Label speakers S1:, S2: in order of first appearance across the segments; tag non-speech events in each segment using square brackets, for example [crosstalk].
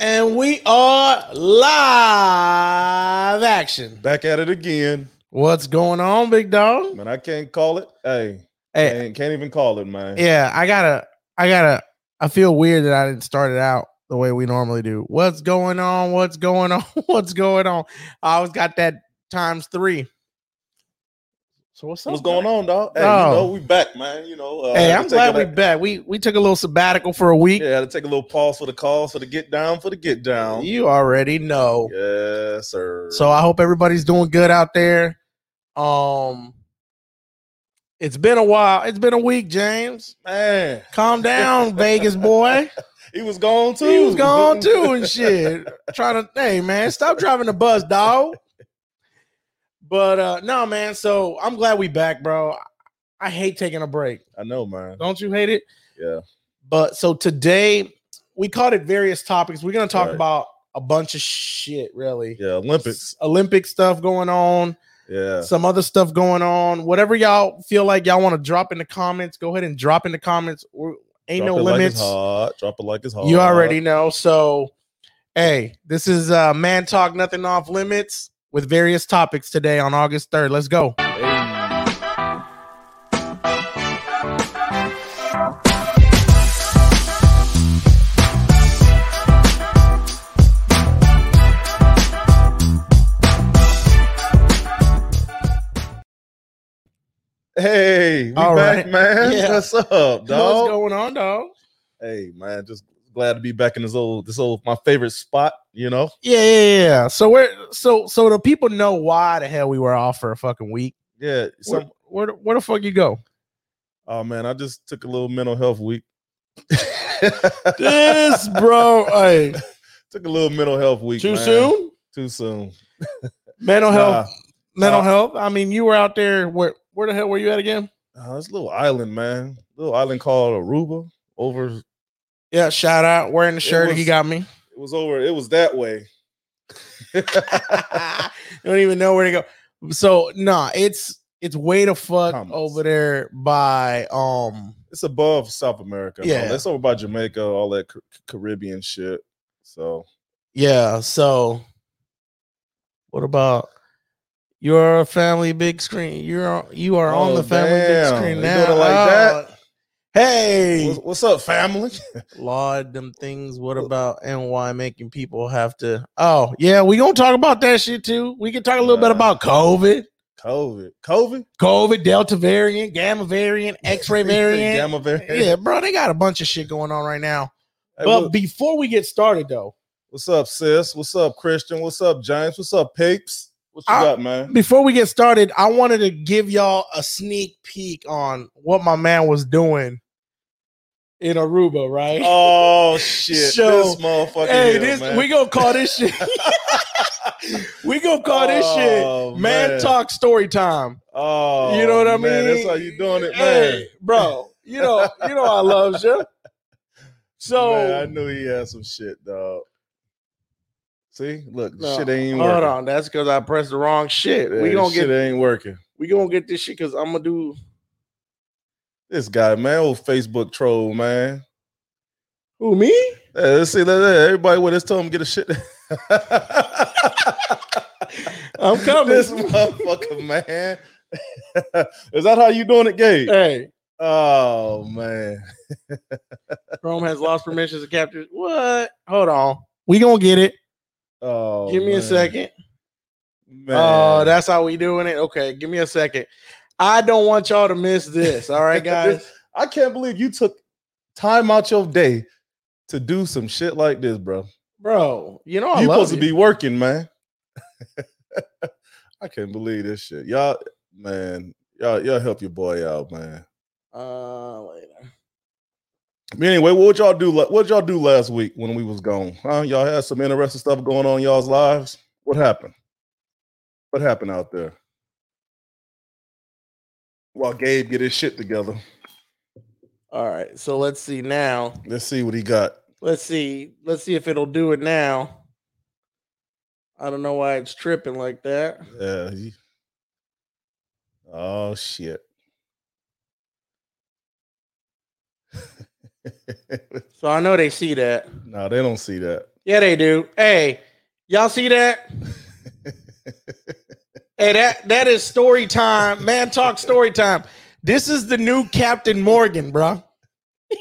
S1: we are live action.
S2: Back at it again.
S1: What's going on, big dog?
S2: Man, I can't call it. Hey,
S1: Hey,
S2: can't, can't even call it, man.
S1: yeah, I gotta, I gotta, I feel weird that I didn't start it out the way we normally do. What's going on? What's going on? [laughs] What's going on? I always got that times three. So what's up?
S2: What's going on, dog? Hey,
S1: No.
S2: you know, we back, man. You know, uh,
S1: Hey,
S2: had to
S1: I'm
S2: take
S1: glad
S2: a-
S1: we bet. We we took a little sabbatical for a week.
S2: Yeah, had to take a little pause for the calls, for the get down, for the get down.
S1: You already know.
S2: Yes, sir.
S1: So I hope everybody's doing good out there. Um, it's been a while. It's been a week, James.
S2: man,
S1: Calm [laughs] down, Vegas boy.
S2: he was gone too.
S1: He was [laughs]
S2: [laughs]
S1: gone too and shit. Trying to, hey man, stop driving the bus, dog. But uh no, man. So I'm glad we back, bro. I hate taking a break.
S2: I know, man.
S1: Don't you hate it?
S2: Yeah.
S1: But so today we called it various topics. We're gonna talk
S2: Right.
S1: about a bunch of shit, really.
S2: Yeah, Olympics.
S1: Olympic stuff going on,
S2: Yeah.
S1: some other stuff going on. Whatever y'all feel like y'all want to drop in the comments, go ahead and drop in the comments. We're, ain't
S2: Drop
S1: no
S2: it Like it's
S1: limits.
S2: hot. Drop it like it's hot.
S1: You already know. So, hey, this is uh, Man Talk Nothing Off Limits with various topics today on August 3rd. Let's go.
S2: Hey. Hey, we
S1: All
S2: back,
S1: right. [laughs]
S2: man.
S1: Yeah.
S2: What's up,
S1: What's
S2: dog?
S1: going on, dog?
S2: Hey, man, just glad to be back in this old, this old, my favorite spot. You know,
S1: Yeah, yeah, yeah. So we're so so the people know why the hell we were off for a fucking week.
S2: yeah.
S1: Where,
S2: Some,
S1: where, the- where the fuck you go?
S2: oh man, I just took a little mental health week. [laughs]
S1: This bro,
S2: [laughs]
S1: hey,
S2: Took a little mental health week.
S1: too
S2: man.
S1: soon.
S2: Too soon.
S1: Mental
S2: Nah,
S1: health, mental
S2: Uh,
S1: health. I mean, you were out there. Where where the hell were you at again?
S2: uh, it's a little island, man. little island called Aruba. Over it
S1: Yeah, shout out wearing the shirt he
S2: was-
S1: got me.
S2: was over. It was that way.
S1: you [laughs] don't even know where to go. So nah, it's it's way to fuck
S2: Comments.
S1: over there by um
S2: it's above South America. and all
S1: Yeah.
S2: that. it's over by Jamaica, all that Ca- Caribbean shit. So
S1: yeah. So what about your family big screen? You're you are on
S2: Oh,
S1: the family
S2: damn.
S1: big screen
S2: They
S1: now.
S2: doing it like that?
S1: Hey,
S2: what's, what's up, family? [laughs]
S1: Lord, them things. What about and why making people have to? Oh yeah, we gonna talk about that shit too. We can talk a little bit
S2: Nah.
S1: about COVID.
S2: COVID, COVID,
S1: COVID, Delta variant, Gamma variant,
S2: [laughs]
S1: X-ray variant.
S2: gamma variant.
S1: yeah, bro, they got a bunch of shit going on right now.
S2: Hey,
S1: but
S2: what-
S1: before we get started, though,
S2: what's up, sis? What's up, Christian? What's up, James? What's up, Papes? What you
S1: I-
S2: got, man?
S1: before we get started, I wanted to give y'all a sneak peek on what my man was doing in Aruba, right?
S2: Oh shit!
S1: So,
S2: this motherfucker.
S1: hey,
S2: here,
S1: this
S2: man.
S1: we gonna call this
S2: [laughs]
S1: shit. [laughs] we gonna call this shit
S2: Oh,
S1: man, talk story time.
S2: Oh,
S1: you know what I mean?
S2: man, That's how you doing it, man.
S1: Hey, bro. You know, you know I love you. So
S2: Man, I knew he had some shit, dog. See, look, the
S1: No,
S2: shit ain't working.
S1: Hold on, that's because I pressed the wrong shit.
S2: Yeah,
S1: we
S2: the
S1: gonna
S2: shit
S1: get
S2: ain't working.
S1: we gonna get this shit because I'm gonna do.
S2: This guy, man, old Facebook troll, man.
S1: Who me?
S2: Yeah, let's see, let, let- everybody with us tell him get a shit. [laughs]
S1: I'm coming.
S2: This motherfucker, man. [laughs] Is that how you doing it, Gabe?
S1: hey,
S2: Oh man.
S1: Chrome has lost permissions to capture. What? Hold on, we gonna get it.
S2: Oh,
S1: give me a
S2: man.
S1: second.
S2: Man.
S1: Oh, that's how we doing it. Okay, give me a second. I don't want y'all to miss this. All
S2: [laughs]
S1: right, guys.
S2: I can't believe you took time out your day to do some shit like this, bro.
S1: bro, you know I
S2: you
S1: love
S2: supposed
S1: you.
S2: to be working, man. [laughs] I can't believe this shit. Y'all, man, y'all, y'all help your boy out, man.
S1: Uh, later.
S2: But anyway, what y'all do? la- What y'all do last week when we was gone? Huh? Y'all had some interesting stuff going on in y'all's lives. What happened? What happened out there? While Gabe get his shit together,
S1: All right, so let's see now.
S2: let's see what he got.
S1: Let's see. Let's see if it'll do it now. I don't know why it's tripping like that.
S2: Yeah. he- Oh shit.
S1: So I know they see that.
S2: no, they don't see that.
S1: Yeah, they do. Hey, y'all see that? hey, that that is story time. Man talk story time. This is the new Captain Morgan, bro.
S2: Man,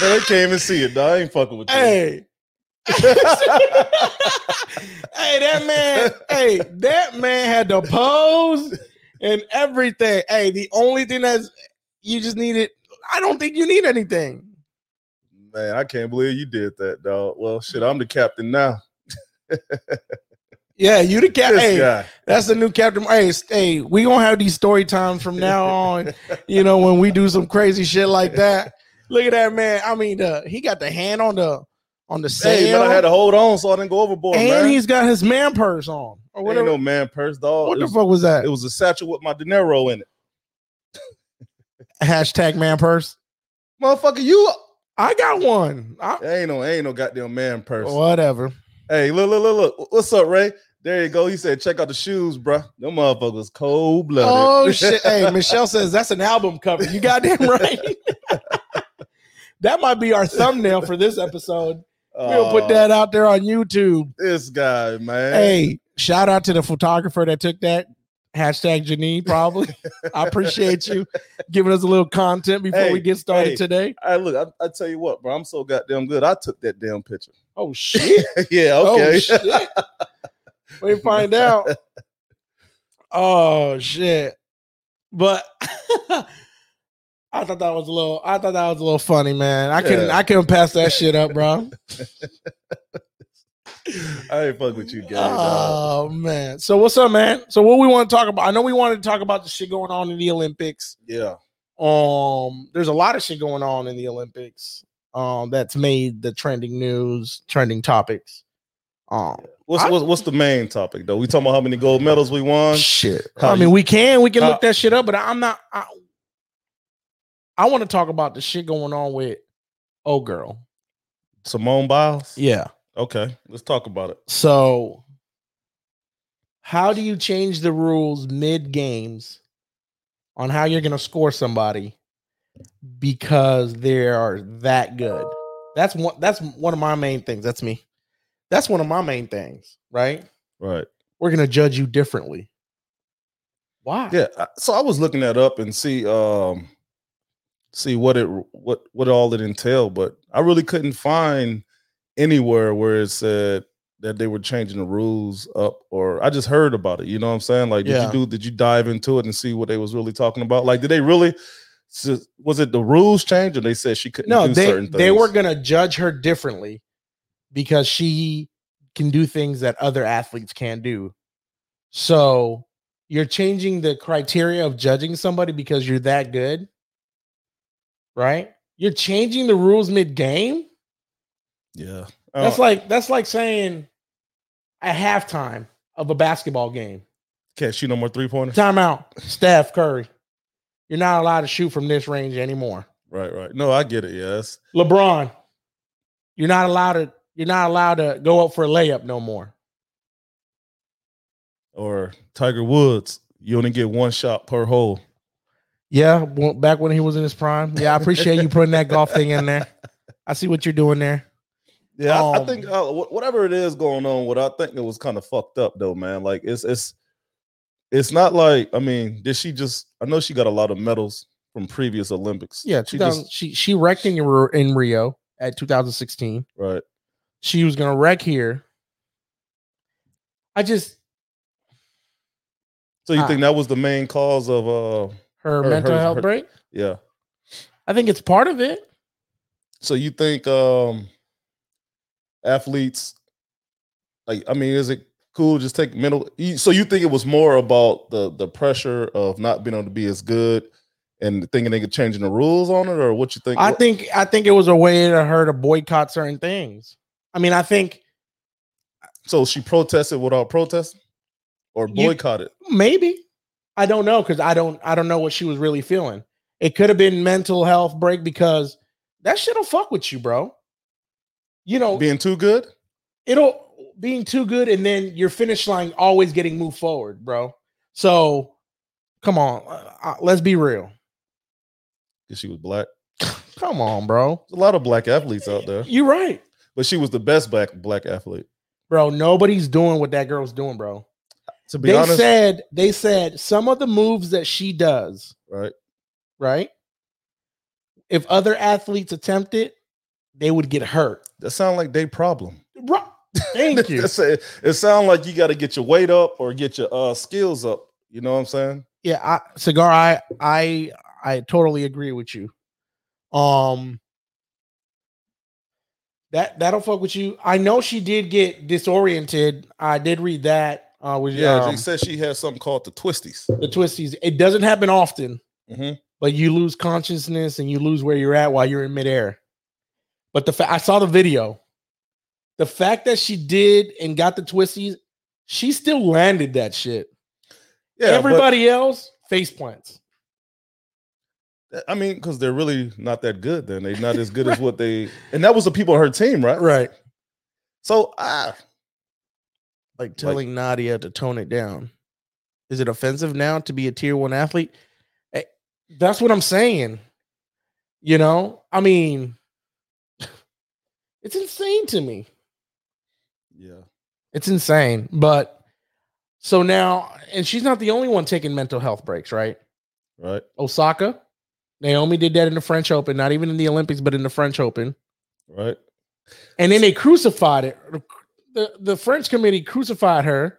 S2: they can't even see it. Dog. I ain't fucking with you.
S1: Hey. hey, that man, hey, that man had the pose and everything. Hey, the only thing that's you just needed, I don't think you need anything.
S2: [laughs] Man, I can't believe you did that, dog. Well, shit, I'm the captain now.
S1: Yeah, you the captain.
S2: This
S1: Hey,
S2: guy.
S1: that's the new captain. Hey, hey, we gonna have these story times from now on. you know, when we do some crazy shit like that. Look at that man. I mean, uh, he got the hand on the on the sail,
S2: Hey, man, I had to hold on so I didn't go overboard,
S1: and
S2: man.
S1: he's got his man purse on or
S2: Ain't
S1: whatever.
S2: no man purse, dog.
S1: what
S2: it,
S1: the
S2: was,
S1: fuck was that?
S2: it was a satchel with my dinero in it.
S1: Hashtag man purse.
S2: Motherfucker, you
S1: I got one. I,
S2: ain't no ain't no goddamn man purse.
S1: whatever.
S2: Hey, look, look, look, look. What's up, Ray? There you go. He said, check out the shoes, bruh. Them motherfuckers cold blooded. [laughs]
S1: Oh shit! Hey, Michelle says that's an album cover. You goddamn right. that might be our thumbnail for this episode. We'll put that out there on YouTube.
S2: This guy, man.
S1: Hey, shout out to the photographer that took that. Hashtag Janine, probably. I appreciate you giving us a little content before
S2: Hey,
S1: we get started
S2: hey.
S1: today.
S2: I look. I, I tell you what, bro. I'm so goddamn good. I took that damn picture. [laughs]
S1: Oh shit!
S2: yeah.
S1: Oh
S2: Okay.
S1: shit! we find out. Oh shit! But [laughs] I thought that was a little. I thought that was a little funny, man. I couldn't.
S2: Yeah.
S1: I couldn't pass that shit up,
S2: [laughs]
S1: bro.
S2: [laughs] I ain't fuck with you guys.
S1: Oh
S2: dog.
S1: man! So what's up, man? So what we want to talk about? I know we wanted to talk about the shit going on in the Olympics.
S2: yeah.
S1: um there's a lot of shit going on in the olympics um that's made the trending news trending topics um
S2: What's,
S1: I-
S2: what's what's the main topic though? We talking about how many gold medals we won?
S1: shit
S2: How
S1: i mean
S2: you-
S1: we can we can
S2: how-
S1: look that shit up but i'm not i, I want to talk about the shit going on with oh girl
S2: Simone Biles.
S1: yeah
S2: Okay. Let's talk about it.
S1: so how do you change the rules mid games on how you're gonna score somebody because they are that good. That's one that's one of my main things. That's me. That's one of my main things, right?
S2: Right.
S1: We're gonna judge you differently. Why?
S2: Yeah. I- So I was looking that up and see um see what it what what all it entailed, but I really couldn't find anywhere where it said that they were changing the rules up or I just heard about it. You know what I'm saying? Like did
S1: Yeah.
S2: you do did you dive into it and see what they was really talking about? Like did they really s- was it the rules change or they said she couldn't
S1: No,
S2: do
S1: they
S2: certain things?
S1: they were gonna judge her differently because she can do things that other athletes can't do. So you're changing the criteria of judging somebody because you're that good, right? You're changing the rules mid game.
S2: Yeah.
S1: That's
S2: That's like
S1: like that's like saying at halftime of a basketball game.
S2: can't shoot no more three pointers.
S1: Timeout, Steph Curry. You're not allowed to shoot from this range anymore.
S2: Right, right. No, I get it. Yes.
S1: LeBron, you're not allowed to you're not allowed to go up for a layup no more.
S2: Or Tiger Woods, you only get one shot per hole.
S1: Yeah, well, back when he was in his prime. Yeah, I appreciate you putting that golf thing in there. I see what you're doing there.
S2: Yeah, I, I
S1: Um,
S2: think uh, wh- whatever it is going on, what I think it was kind of fucked up though, man. Like it's it's it's not like I mean, did she just? I know she got a lot of medals from previous Olympics.
S1: Yeah,
S2: she
S1: 2000
S2: just
S1: she she wrecked in Rio- in Rio at 2016.
S2: right.
S1: she was gonna wreck here. I just
S2: So you
S1: Ah.
S2: think that was the main cause of uh
S1: her,
S2: Her-
S1: mental
S2: her-
S1: health
S2: her-
S1: break.
S2: yeah.
S1: I think it's part of it.
S2: So you think um athletes like I mean, is it cool to just take mental you- so you think it was more about the the pressure of not being able to be as good and thinking they could changing the rules on it or what you think
S1: I
S2: what-
S1: think I think it was a way to her to boycott certain things. I mean, I think
S2: So she protested without protest or
S1: You-
S2: boycotted.
S1: maybe I don't know because I don't I don't know what she was really feeling. It could have been mental health break because that shit'll fuck with you, bro. You know,
S2: Being too good?
S1: it'll being too good and then your finish line always getting moved forward, bro. So come on, uh, uh, let's be real.
S2: 'Cause she was black.
S1: Come on, bro.
S2: There's a lot of black athletes out there.
S1: You're right.
S2: But she was the best black black athlete.
S1: bro. Nobody's doing what that girl's doing, bro.
S2: To be
S1: They
S2: honest,
S1: said they said some of the moves that she does,
S2: right?
S1: right? If other athletes attempt it, they would get hurt.
S2: That sound like they problem.
S1: Bro, [laughs] thank you.
S2: [laughs] That's it. It sound like you got to get your weight up or get your uh skills up. You know what I'm saying?
S1: yeah, I, cigar. I I I totally agree with you. Um, that that'll fuck with you. I know she did get disoriented. I did read that. Uh, with
S2: Yeah.
S1: um,
S2: they said she has something called the twisties.
S1: the twisties. It doesn't happen often.
S2: Mhm.
S1: but you lose consciousness and you lose where you're at while you're in midair. But the fa- I saw the video. The fact that she did and got the twisties, she still landed that shit.
S2: Yeah. but-
S1: Everybody else face plants.
S2: I mean, because they're really not that good. Then they're not as good
S1: [laughs]
S2: as what they. And that was the people on her team, right?
S1: Right.
S2: So ah,
S1: Like telling Nadia to tone it down. Is it offensive now to be a tier one athlete? Eh, That's what I'm saying. You know, I mean, [sighs] it's insane to me.
S2: yeah.
S1: It's insane. But so now, and she's not the only one taking mental health breaks, right?
S2: Right.
S1: Osaka, Naomi did that in the French Open, not even in the Olympics, but in the French Open.
S2: Right.
S1: And then they crucified it. The, the French committee crucified her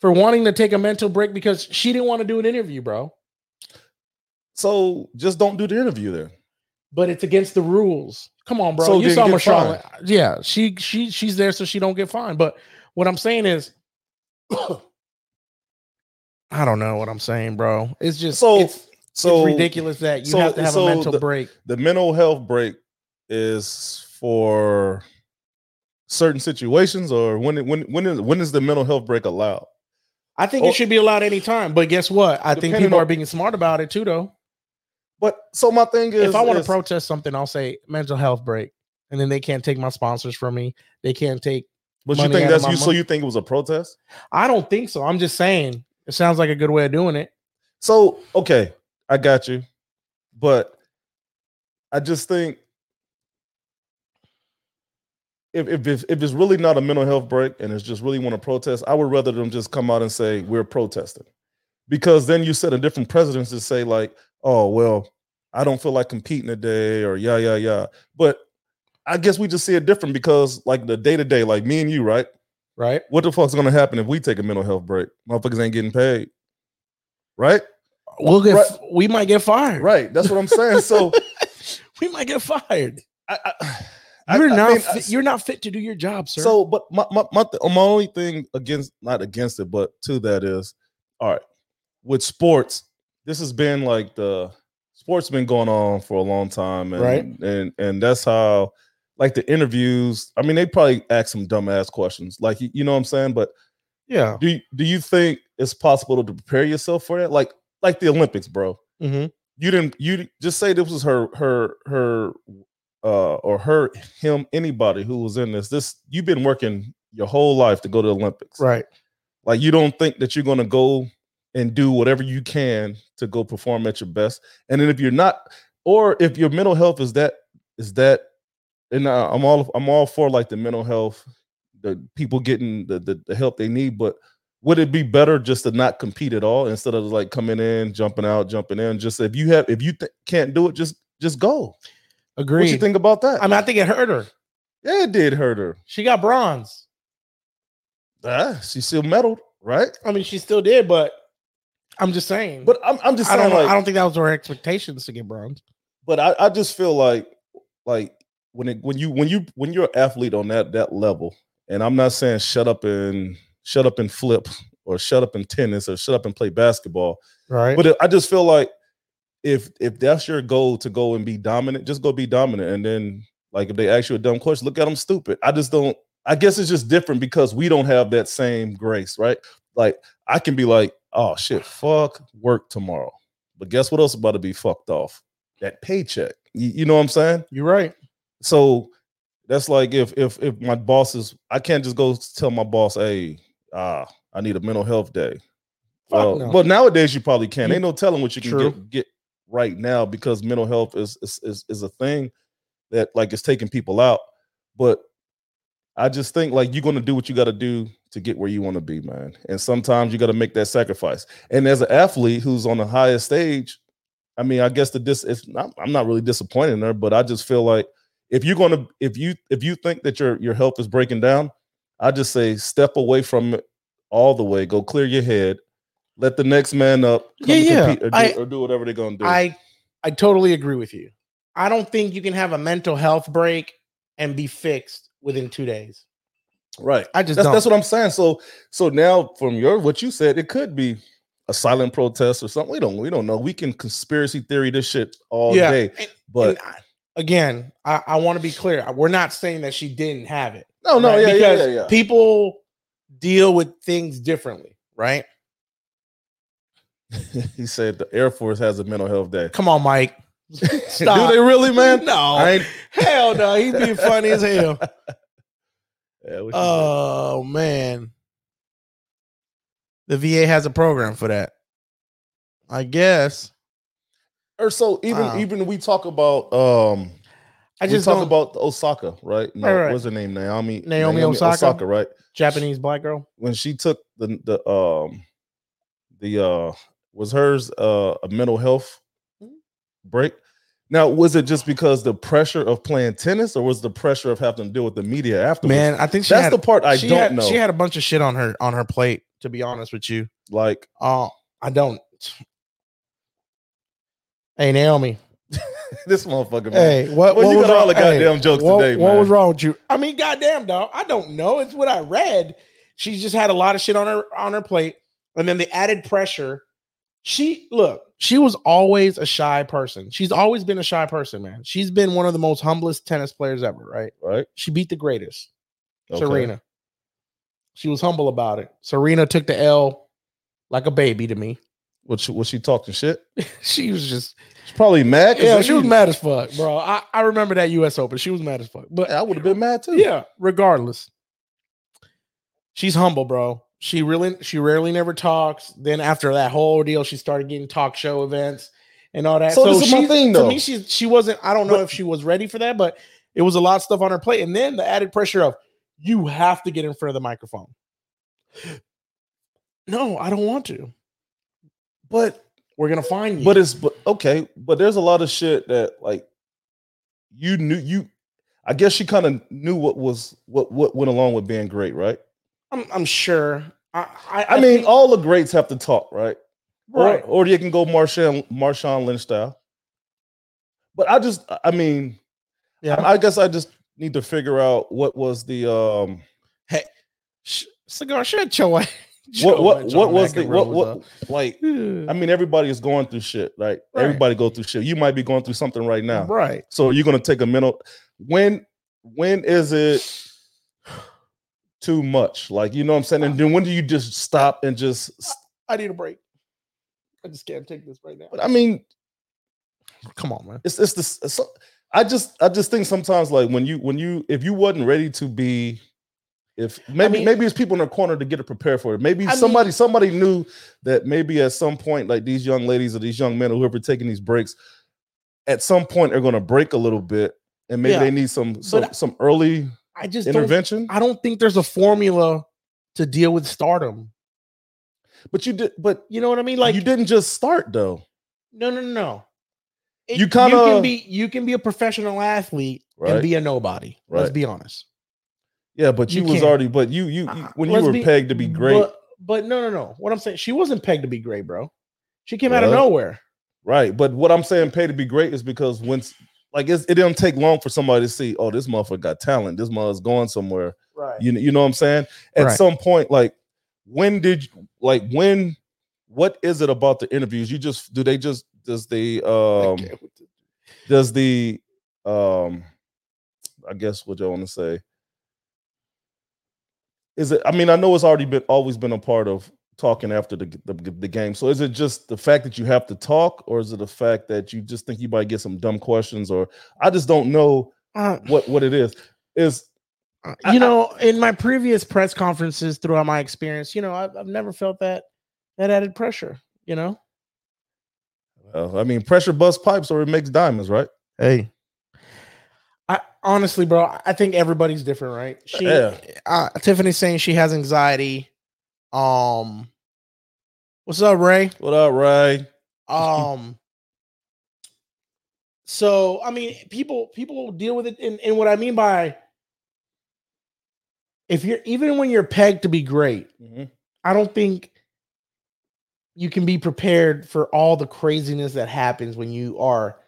S1: for wanting to take a mental break because she didn't want to do an interview, bro.
S2: So just don't do the interview then.
S1: But it's against the rules. Come on, bro.
S2: So
S1: you
S2: didn't
S1: saw
S2: get
S1: Michelle. Yeah, she she she's there so she don't get fined. But what I'm saying is, [coughs] I don't know what I'm saying, bro. It's just
S2: So-
S1: it's-
S2: So
S1: it's ridiculous that you
S2: so-
S1: have to have
S2: so
S1: a mental
S2: the-
S1: break.
S2: The mental health break is for certain situations, or when it, when when is when is the mental health break allowed?
S1: I think
S2: Oh.
S1: it should be allowed anytime, but guess what? I think
S2: Depending
S1: people
S2: on-
S1: are being smart about it too, though.
S2: But so my thing is,
S1: If I want to
S2: is-
S1: protest something, I'll say mental health break, and then they can't take my sponsors from me. They can't take.
S2: but you
S1: money out
S2: think
S1: of
S2: that's
S1: my
S2: you? So
S1: money-
S2: you think it was a protest?
S1: I don't think so. I'm just saying. It sounds like a good way of doing it.
S2: So okay, I got you, but I just think if if if, if it's really not a mental health break and it's just really want to protest, I would rather them just come out and say we're protesting, because then you set a different precedent to say like, oh well, I don't feel like competing today or yeah yeah yeah, but. I guess we just see it different because, like the day to day, like me and you, right?
S1: Right?
S2: What the fuck's gonna happen if we take a mental health break? Motherfuckers ain't getting paid, right?
S1: We'll get.
S2: Right.
S1: We might get fired.
S2: Right. That's what I'm
S1: [laughs]
S2: saying. So
S1: we might get fired.
S2: I, I, I-
S1: You're
S2: I
S1: not.
S2: mean, I-
S1: fit, you're not fit to do your job, sir.
S2: so, but my my my, th- my only thing against not against it, but to that is, all right, with sports, this has been like the sports been going on for a long time, and
S1: Right.
S2: and and that's how like the interviews. I mean, they probably ask some dumbass questions, like you you know what I'm saying. But
S1: yeah.
S2: do you, do you think it's possible to prepare yourself for that? Like like the Olympics, bro.
S1: hmm
S2: you didn't you di- just say this was her her her uh or her him anybody who was in this this you've been working your whole life to go to the olympics
S1: Right.
S2: like you don't think that you're going to go and do whatever you can to go perform at your best and then if you're not or if your mental health is that is that and I- i'm all i'm all for like the mental health the people getting the, the the help they need but would it be better just to not compete at all instead of like coming in jumping out jumping in just if you have if you th- can't do it just just go
S1: Agreed.
S2: what you think about that
S1: I mean, I think it hurt her.
S2: yeah it did hurt her
S1: She got bronze.
S2: ah, she still medaled right
S1: I mean, she still did, but I'm just saying.
S2: but i'm, I'm just
S1: Mm. I
S2: saying
S1: don't know.
S2: like,
S1: I don't think that was her expectations to get bronze.
S2: but I, I just feel like like when it when you when you when you're an athlete on that that level, and I'm not saying shut up and shut up and flip or shut up and tennis or shut up and play basketball,
S1: Right.
S2: but I just feel like if if that's your goal to go and be dominant, just go be dominant, and then like if they ask you a dumb question, look at them stupid. I just don't. I guess it's just different because we don't have that same grace, right? Like I can be like, oh shit, fuck work tomorrow, but guess what else about to be fucked off? That paycheck. You, you know what I'm saying?
S1: You're right.
S2: So that's like if if if my boss is, I can't just go tell my boss, hey, ah, I need a mental health day.
S1: Fuck
S2: Well,
S1: no.
S2: well, nowadays you probably can.
S1: You-
S2: Ain't no telling what you can
S1: True.
S2: get, get right now because mental health is is, is is a thing that like is taking people out. But I just think like you're gonna do what you gotta do to get where you want to be, man. And sometimes you gotta make that sacrifice. And as an athlete who's on the highest stage, I mean, I guess the dis it's not, I'm not really disappointed in her, but I just feel like if you're gonna if you if you think that your your health is breaking down, I just say step away from it all the way. Go clear your head. Let the next man up.
S1: Yeah,
S2: and
S1: yeah.
S2: compete Or do,
S1: I-
S2: or do whatever they're gonna do.
S1: I I totally agree with you. I don't think you can have a mental health break and be fixed within two days.
S2: right.
S1: I just
S2: that's,
S1: don't.
S2: that's what I'm saying. So so now from your what you said, it could be a silent protest or something. We don't we don't know. We can conspiracy theory this shit all
S1: Yeah.
S2: day.
S1: And-
S2: But
S1: And I- again, I, I want to be clear. We're not saying that she didn't have it.
S2: no, no,
S1: right?
S2: yeah, yeah,
S1: because
S2: yeah, yeah.
S1: people deal with things differently, right?
S2: [laughs] he said the Air Force has a mental health day. [laughs]
S1: Come on, Mike. [laughs] Stop.
S2: Do they really, man?
S1: [laughs] No.
S2: I ain't-
S1: Hell no. He's being funny as hell. [laughs]
S2: Yeah, what you said.
S1: Oh man. The VA has a program for that. I guess.
S2: or so even
S1: wow.
S2: even we talk about um
S1: I
S2: we
S1: just
S2: talk
S1: talk about
S2: about Osaka, right? No,
S1: Right, right.
S2: what's her name? Naomi
S1: Naomi Osaka.
S2: right?
S1: Japanese black girl.
S2: When she took the the um the uh was hers uh a mental health
S1: Mm-hmm.
S2: break. Now, was it just because the pressure of playing tennis or was the pressure of having to deal with the media afterwards?
S1: Man, I think she
S2: That's
S1: had,
S2: the part I
S1: she
S2: don't
S1: had-
S2: know.
S1: She had a bunch of shit on her on her plate, to be honest with you.
S2: like [laughs]
S1: Uh I don't. Hey Naomi.
S2: this motherfucker man.
S1: Hey, what,
S2: Well,
S1: what
S2: you
S1: was
S2: got all
S1: wrong-
S2: the
S1: hey,
S2: goddamn jokes
S1: what,
S2: today,
S1: what
S2: man.
S1: was wrong with you? I mean, goddamn, dog. I don't know. It's what I read. She just had a lot of shit on her on her plate, and then the added pressure. She look. She was always a shy person. She's always been a shy person, man. She's been one of the most humblest tennis players ever. Right?
S2: right?
S1: She beat the greatest,
S2: Okay.
S1: Serena. She was humble about it. Serena took the L like a baby to me. [laughs]
S2: What she, was she talking shit?
S1: She was just
S2: She's probably mad. 'cause
S1: yeah.
S2: that
S1: She was
S2: you-
S1: mad as fuck, bro. I, I remember that U.S. Open. She was mad as fuck. But
S2: I would have been mad too.
S1: Yeah, regardless. She's humble, bro. She really she rarely never talks. Then after that whole ordeal, she started getting talk show events and all that.
S2: So this is my
S1: she-
S2: thing,
S1: To
S2: though.
S1: me, she she wasn't, I don't know
S2: But-
S1: if she was ready for that, but it was a lot of stuff on her plate. And then the added pressure of you have to get in front of the microphone. [gasps] No, I don't want to.
S2: But
S1: We're gonna find you.
S2: but it's but okay, but there's a lot of shit that like you knew you I guess she kind of knew what was what what went along with being great, right?
S1: I'm, I'm sure. I I,
S2: I, mean,
S1: think-
S2: all the greats have to talk, right?
S1: right.
S2: Or, or you can go Marshawn Marshawn Lynch style. But I just I mean,
S1: Yeah.
S2: I guess I just need to figure out what was the um
S1: Sh- Cigar, shut your [laughs] ass.
S2: what
S1: Your
S2: what
S1: ass
S2: what
S1: on
S2: was
S1: Mac
S2: the
S1: and
S2: what
S1: Rosa. [sighs]
S2: what like
S1: Yeah.
S2: I mean everybody is going through shit, right?
S1: Right.
S2: Everybody go through shit. You might be going through something right now.
S1: Right.
S2: So you're gonna take a mental when when is it too much? Like you know what I'm saying? And then when do you just stop and just s-
S1: I need a break. I just can't take this right now.
S2: I mean
S1: Come on, man.
S2: it's it's this it's so- I just I just think sometimes like when you when you if you wasn't ready to be if maybe
S1: mean-
S2: maybe it's people in their corner to get it prepared for it. Maybe
S1: I mean-
S2: somebody somebody knew that maybe at some point like these young ladies or these young men or whoever taking these breaks at some point are going to break a little bit and maybe
S1: Yeah.
S2: they need some some,
S1: But-
S2: some early
S1: I just don't,
S2: intervention.
S1: I don't think there's a formula to deal with stardom.
S2: But you did, but
S1: You know what I mean? Like
S2: like you didn't just start though,
S1: no, no, no, no. It-
S2: You kinda-
S1: you can be you can be a professional athlete
S2: Right.
S1: and be a nobody. Let's
S2: Right.
S1: be honest.
S2: yeah. But you,
S1: You
S2: was
S1: can't.
S2: already, but you, you, you-
S1: Uh,
S2: when you
S1: let's
S2: were
S1: be-
S2: pegged to be great,
S1: But, but no, no, no. What I'm saying, she wasn't pegged to be great, bro. She came out of
S2: Well,
S1: nowhere.
S2: right? But what I'm saying, pay to be great is because once, like, it's, it didn't take long for somebody to see, oh, this motherfucker got talent. This mother's going somewhere.
S1: Right.
S2: You, you know what I'm saying? At
S1: Right.
S2: some point, like, when did, you- like, when, what is it about the interviews? You just do they just does the um does the um i guess what you want to say is it i mean i know it's already been always been a part of talking after the, the, the game so is it just the fact that you have to talk or is it the fact that you just think you might get some dumb questions or i just don't know
S1: Uh,
S2: what what it is is
S1: Uh,
S2: I-
S1: you
S2: I-
S1: know, in my previous press conferences throughout my experience, you know, I've, I've never felt that that added pressure. You know,
S2: uh, i mean pressure bust pipes or it makes diamonds right
S1: hey, I honestly, bro, I think everybody's different, right? She,
S2: Yeah.
S1: uh, Tiffany's saying she has anxiety. Um, what's up, Ray?
S2: [laughs] What up, Ray?
S1: Um, so I mean, people people deal with it, and, and what I mean by if you're even when you're pegged to be great,
S2: Mhm.
S1: I don't think you can be prepared for all the craziness that happens when you are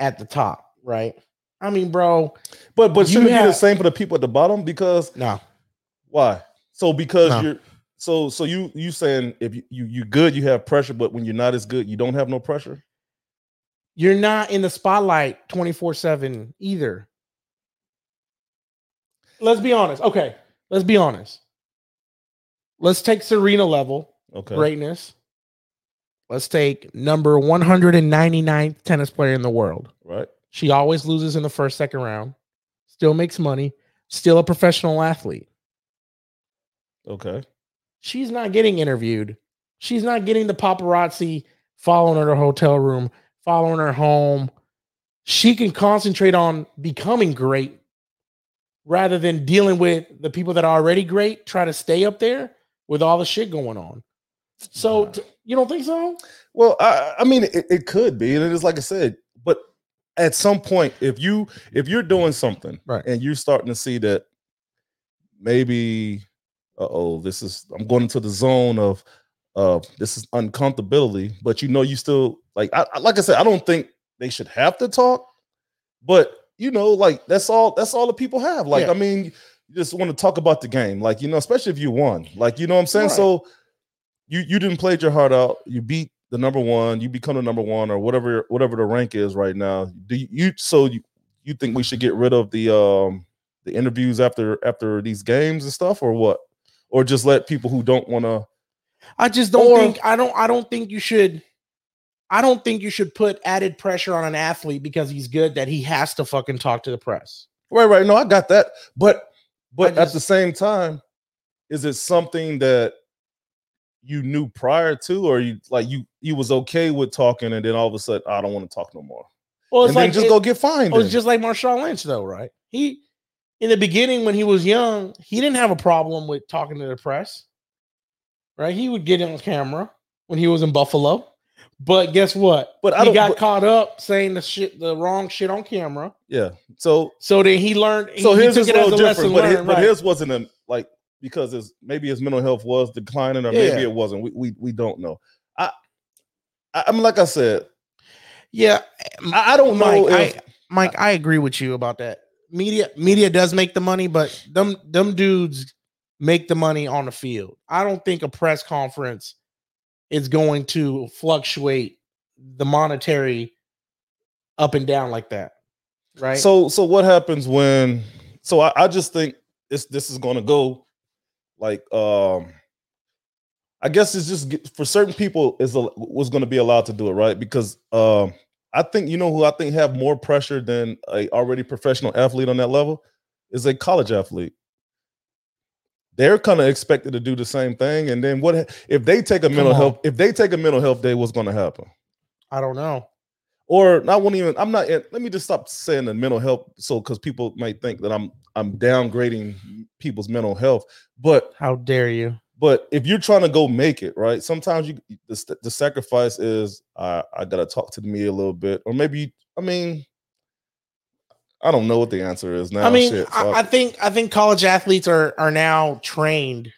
S1: at the top, right? I mean, bro,
S2: But but
S1: You
S2: shouldn't it be the
S1: have-
S2: same for the people at the bottom because
S1: no,
S2: Why? So because
S1: No.
S2: you're so so you you saying if you, you you good you have pressure, but when you're not as good you don't have no pressure.
S1: you're not in the spotlight 24 7 either. Let's be honest. Okay. Let's be honest. Let's take Serena level
S2: Okay.
S1: greatness. Let's take number 199th tennis player in the world.
S2: Right.
S1: She always loses in the first, second round, still makes money, still a professional athlete.
S2: Okay.
S1: She's not getting interviewed. She's not getting the paparazzi following her to her hotel room, following her home. She can concentrate on becoming great rather than dealing with the people that are already great, try to stay up there with all the shit going on. So,
S2: Nah.
S1: t- you don't think so?
S2: Well, I I mean it, it could be, and it is like I said, but at some point if you if you're doing something
S1: Right.
S2: and you're starting to see that maybe uh oh this is I'm going into the zone of uh this is uncomfortability, but you know you still like I I- like I said I don't think they should have to talk, but you know like that's all that's all the people have. Like
S1: Yeah.
S2: I mean you just want to talk about the game, like you know especially if you won, like you know what I'm saying.
S1: Right.
S2: So you you didn't play your heart out. You beat the number one. You become the number one or whatever whatever the rank is right now. Do you, you so you, you think we should get rid of the um the interviews after after these games and stuff or what? Or just let people who don't want to
S1: I just don't
S2: Or-
S1: think I don't I don't think you should I don't think you should put added pressure on an athlete because he's good that he has to fucking talk to the press.
S2: Right, right. No, I got that. But but at
S1: just-
S2: the same time, is it something that you knew prior to, or you like you you was okay with talking, and then all of a sudden I don't want to talk no more,
S1: Well, it's
S2: and then
S1: like
S2: just
S1: it-
S2: go get fined.
S1: well, it's
S2: then.
S1: just like Marshawn Lynch though, right? He in the beginning when he was young, he didn't have a problem with talking to the press. Right? He would get on camera when he was in Buffalo. But guess what?
S2: but I
S1: He
S2: don't.
S1: got
S2: but-
S1: caught up saying the shit the wrong shit on camera.
S2: yeah. So
S1: So then he learned he-
S2: so
S1: he
S2: his
S1: took
S2: is
S1: it
S2: a
S1: as a
S2: little
S1: lesson
S2: different, but, his,
S1: learned,
S2: but
S1: right.
S2: his wasn't a, like because his maybe his mental health was declining, or
S1: Yeah.
S2: maybe it wasn't. We we we don't know. I, I I'm like I said,
S1: yeah,
S2: I, I don't know.
S1: Mike, I,
S2: if-
S1: Mike, I agree with you about that. Media, media does make the money, but them them dudes make the money on the field. I don't think a press conference is going to fluctuate the monetary up and down like that, right?
S2: So so what happens when so I, I just think this this is gonna go like um I guess it's just get- for certain people is a, was gonna be allowed to do it, right? Because um I think you know who I think have more pressure than a already professional athlete on that level is a college athlete. They're kind of expected to do the same thing, and then what ha- if they take a mental
S1: on.
S2: health? If they take a mental health day, what's going to happen?
S1: I don't know.
S2: or I won't even. I'm not. Let me just stop saying the mental health, so because people might think that I'm I'm downgrading people's mental health. But
S1: How dare you?
S2: but if you're trying to go make it right, sometimes you the, s- the sacrifice is I I gotta talk to the media a little bit, or maybe I mean I don't know what the answer is now.
S1: I mean,
S2: shit, so
S1: I, I think I think college athletes are are now trained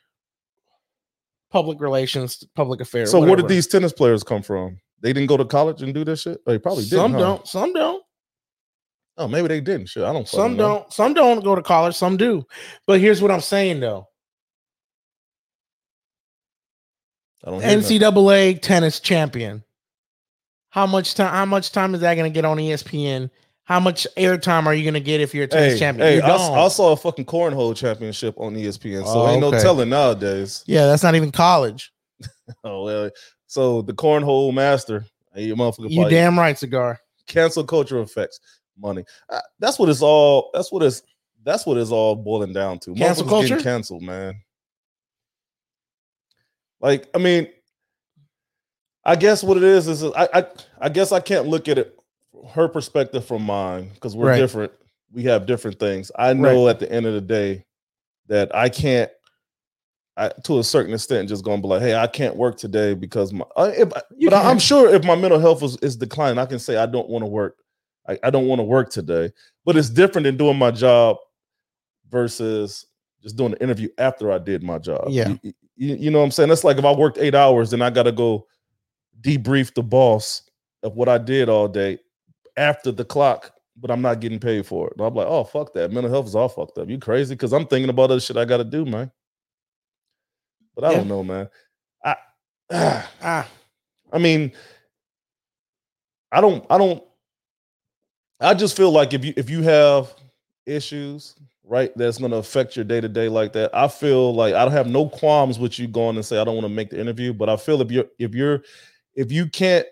S1: public relations, public affairs.
S2: so where did
S1: whatever.
S2: these tennis players come from? They didn't go to college and do this shit. They probably did.
S1: some
S2: huh?
S1: don't, some don't.
S2: Oh, maybe they didn't. Shit, I don't. fucking
S1: Some
S2: know.
S1: don't. Some don't go to college. Some do. But here's what I'm saying though:
S2: I don't. hear nothing.
S1: NCAA tennis champion. How much time? How much time is that going to get on E ESPN? How much airtime are you going to get if you're a tennis
S2: Hey,
S1: champion?
S2: hey
S1: You
S2: I, s-
S1: don't.
S2: I saw a fucking cornhole championship on E ESPN, so
S1: Oh,
S2: ain't
S1: okay.
S2: no telling nowadays. [laughs]
S1: yeah, that's not even college.
S2: Oh well, so the cornhole master, hey, you motherfucker,
S1: You
S2: probably-
S1: damn right, cigar.
S2: cancel culture effects money. Uh, that's what it's all. That's what it's. That's what it's all boiling down to.
S1: Cancel
S2: Motherfuckers getting
S1: culture?
S2: canceled, man. Like, I mean, I guess what it is is I I, I guess I can't look at it her perspective from mine because we're
S1: Right.
S2: different. we have different things. I know at the end of the day that I can't, I to a certain extent, just gonna be like, hey, I can't work today because my. I- If,
S1: You
S2: but I, am
S1: can.
S2: sure if my mental health is, is declining, I can say I don't want to work. I, I don't want to work today. But it's different than doing my job versus just doing the interview after I did my job.
S1: Yeah.
S2: You- you, you know what I'm saying? That's like if I worked eight hours, then I got to go debrief the boss of what I did all day after the clock, but I'm not getting paid for it. And I'm like, oh fuck that. Mental health is all fucked up. You crazy? Because I'm thinking about other shit I gotta do, man. But I
S1: Yeah.
S2: don't know, man. I [sighs]
S1: Ah,
S2: I mean, I don't I don't I just feel like if you if you have issues, right, that's gonna affect your day-to-day like that. I feel like I have no qualms with you going and say I don't want to make the interview, but I feel if you're if you're if you can't